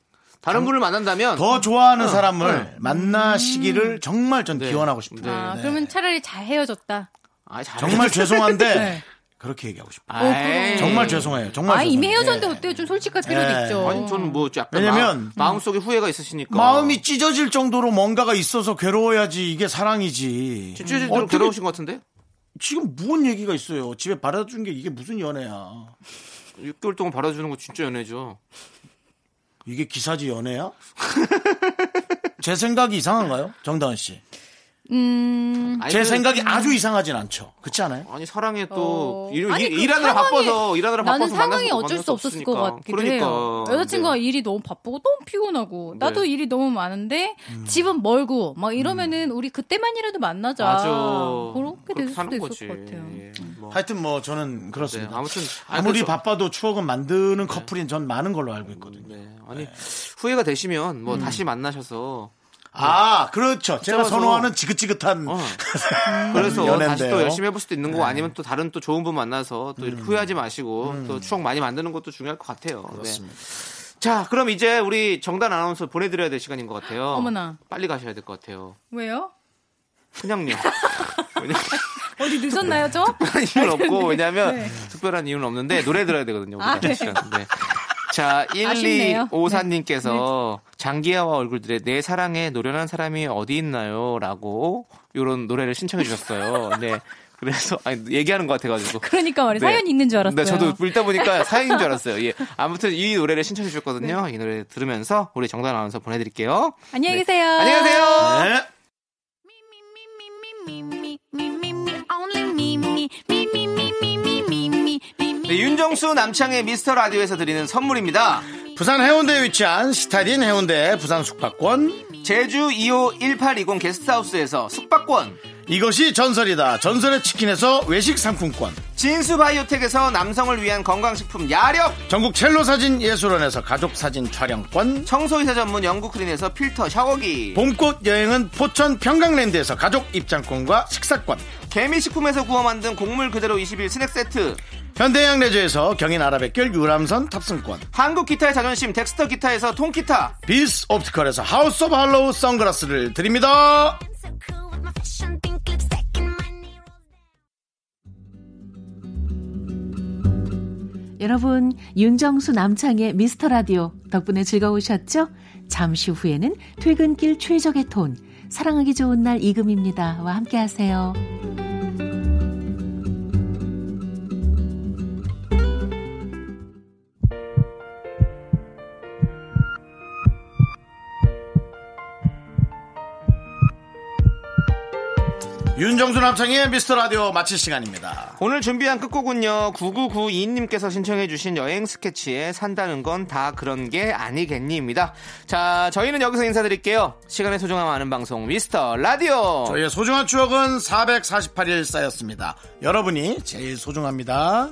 S2: 다른 분을 만난다면.
S1: 더 좋아하는 사람을 만나시기를
S6: 음.
S1: 정말 전
S2: 어. 네.
S1: 기원하고 싶어요.
S2: 네.
S6: 아,
S1: 네.
S6: 그러면 차라리 잘 헤어졌다.
S2: [LAUGHS] 아, 잘
S1: 정말 죄송한데
S6: 네.
S1: 그렇게 얘기하고 싶어요.
S2: 아이.
S1: 정말 죄송해요. 정말
S6: 아, 이미
S1: 죄송해요.
S6: 헤어졌는데
S1: 예.
S6: 어때요? 좀 솔직할 필요도
S1: 예.
S6: 있죠.
S2: 아니 저는 뭐 약간
S1: 왜냐면-
S2: 마, 음속에 후회가 있으시니까
S1: 마음이 찢어질 정도로 뭔가가 있어서 괴로워야지 이게 사랑이지.
S2: 찢어지도록
S1: 어떻게
S2: 괴로우신 것 같은데
S1: 지금 무슨 얘기가 있어요? 집에 받아준 게 이게 무슨 연애야?
S2: 6개월 동안 받아주는 거 진짜 연애죠
S1: 이게 기사지
S2: [LAUGHS]
S1: 연애야? 제 생각이 이상한가요? 정다은 씨.
S2: 아니,
S1: 음. 제
S2: 근데-
S1: 생각이 아주 이상하진 않죠. 그렇지 않아요?
S2: 아니 사랑에 또
S6: 어.
S2: 일,
S6: 아니,
S2: 일-
S6: 그
S2: 일하느라
S6: 상황이-
S2: 바빠서 일하느라
S6: 나는
S2: 바빠서
S6: 상황이
S2: 만날 수-
S6: 어쩔
S2: 만날
S6: 수 없을 것
S2: 없으니까.
S6: 같기도
S2: 그러니까.
S6: 해요. 여자친구가
S2: 네.
S6: 일이 너무 바쁘고 너무 피곤하고 나도
S2: 네. 음.
S6: 일이 너무 많은데 집은 멀고 막 이러면은 우리 그때만이라도 만나자.
S2: 맞아
S6: 그렇게
S2: 그렇게
S6: 될 수도
S2: 사는
S6: 있을
S2: 거지.
S6: 것 같아요.
S2: 예, 뭐.
S1: 하여튼 뭐 저는
S2: 네,
S1: 그렇습니다.
S2: 아무튼 아니,
S1: 아무리
S2: 그래서-
S1: 바빠도 추억은 만드는 커플인 전 많은 걸로 알고 있거든요.
S2: 네. 아니 후회가 되시면
S1: 음.
S2: 뭐 다시 만나셔서
S1: 아, 그렇죠. 제가
S2: 붙잡아서-
S1: 선호하는 지긋지긋한
S2: 어. [LAUGHS] 그래서 다시
S1: 연애인데요.
S2: 또 열심히 해볼 수도 있는 거고 아니면 또 다른 또 좋은 분 만나서 또 이렇게 후회하지 마시고 또 추억 많이 만드는 것도 중요할 것 같아요. 그렇습니다. 자, 그럼 이제 우리 정단 아나운서 보내드려야 될 시간인 것 같아요.
S6: 어머나.
S2: 빨리 가셔야 될 것 같아요.
S6: 왜요? [LAUGHS]
S2: 그냥요.
S6: 어디 늦었나요,
S2: [LAUGHS]
S6: 저?
S2: 특별한 이유는 없고 왜냐하면
S6: 네.
S2: 특별한 이유는 없는데 노래 들어야 되거든요. 우리가
S6: 아,
S2: 한
S6: 네.
S2: 시간. 네. 자,
S6: 아쉽네요. 네.
S2: 1254님께서 장기하와 얼굴들의 내 사랑에 노련한 사람이 어디 있나요? 라고 요런 노래를 신청해 주셨어요. 네. 그래서 아니, 얘기하는 것 같아가지고.
S6: 그러니까 말이 사연 읽는 줄 알았어요.
S2: 네, 저도 읽다 보니까 사연인 줄 알았어요. 예. 아무튼 이 노래를 신청해 주셨거든요.
S6: 네.
S2: 이 노래 들으면서 우리 정단 아나운서 보내드릴게요.
S6: 안녕히
S2: 네.
S6: 계세요.
S2: 안녕하세요.
S1: 네.
S2: 네, 윤정수 남창의 미스터 라디오에서 드리는 선물입니다.
S1: 부산 해운대에 위치한 시타딘 해운대 부산 숙박권
S2: 제주 2호 1820 게스트하우스에서 숙박권
S1: 이것이 전설이다. 전설의 치킨에서 외식 상품권.
S2: 진수 바이오텍에서 남성을 위한 건강식품 야력
S1: 전국 첼로 사진 예술원에서 가족 사진 촬영권.
S2: 청소이사 전문 영국 크린에서 필터 샤워기
S1: 봄꽃 여행은 포천 평강랜드에서 가족 입장권과 식사권.
S2: 개미식품에서 구워 만든 곡물 그대로 21 스낵 세트
S1: 현대양 레저에서 경인 아라뱃길 유람선 탑승권.
S2: 한국 기타의 자존심 덱스터 기타에서 통기타
S1: 비스 옵티컬에서 하우스 오브 할로우 선글라스를 드립니다.
S7: 여러분, 윤정수 남창의 미스터 라디오 덕분에 즐거우셨죠? 잠시 후에는 퇴근길 최적의 톤, 사랑하기 좋은 날 이금입니다와 함께 하세요.
S1: 윤정수 남창의 미스터 라디오 마칠 시간입니다.
S2: 오늘 준비한 끝곡은요 9992님께서 신청해주신 여행 스케치에 산다는 건 다 그런 게 아니겠니입니다 자 저희는 여기서 인사드릴게요 시간의 소중함 아는 방송 미스터 라디오
S1: 저희의 소중한 추억은 448일 쌓였습니다. 여러분이 제일 소중합니다.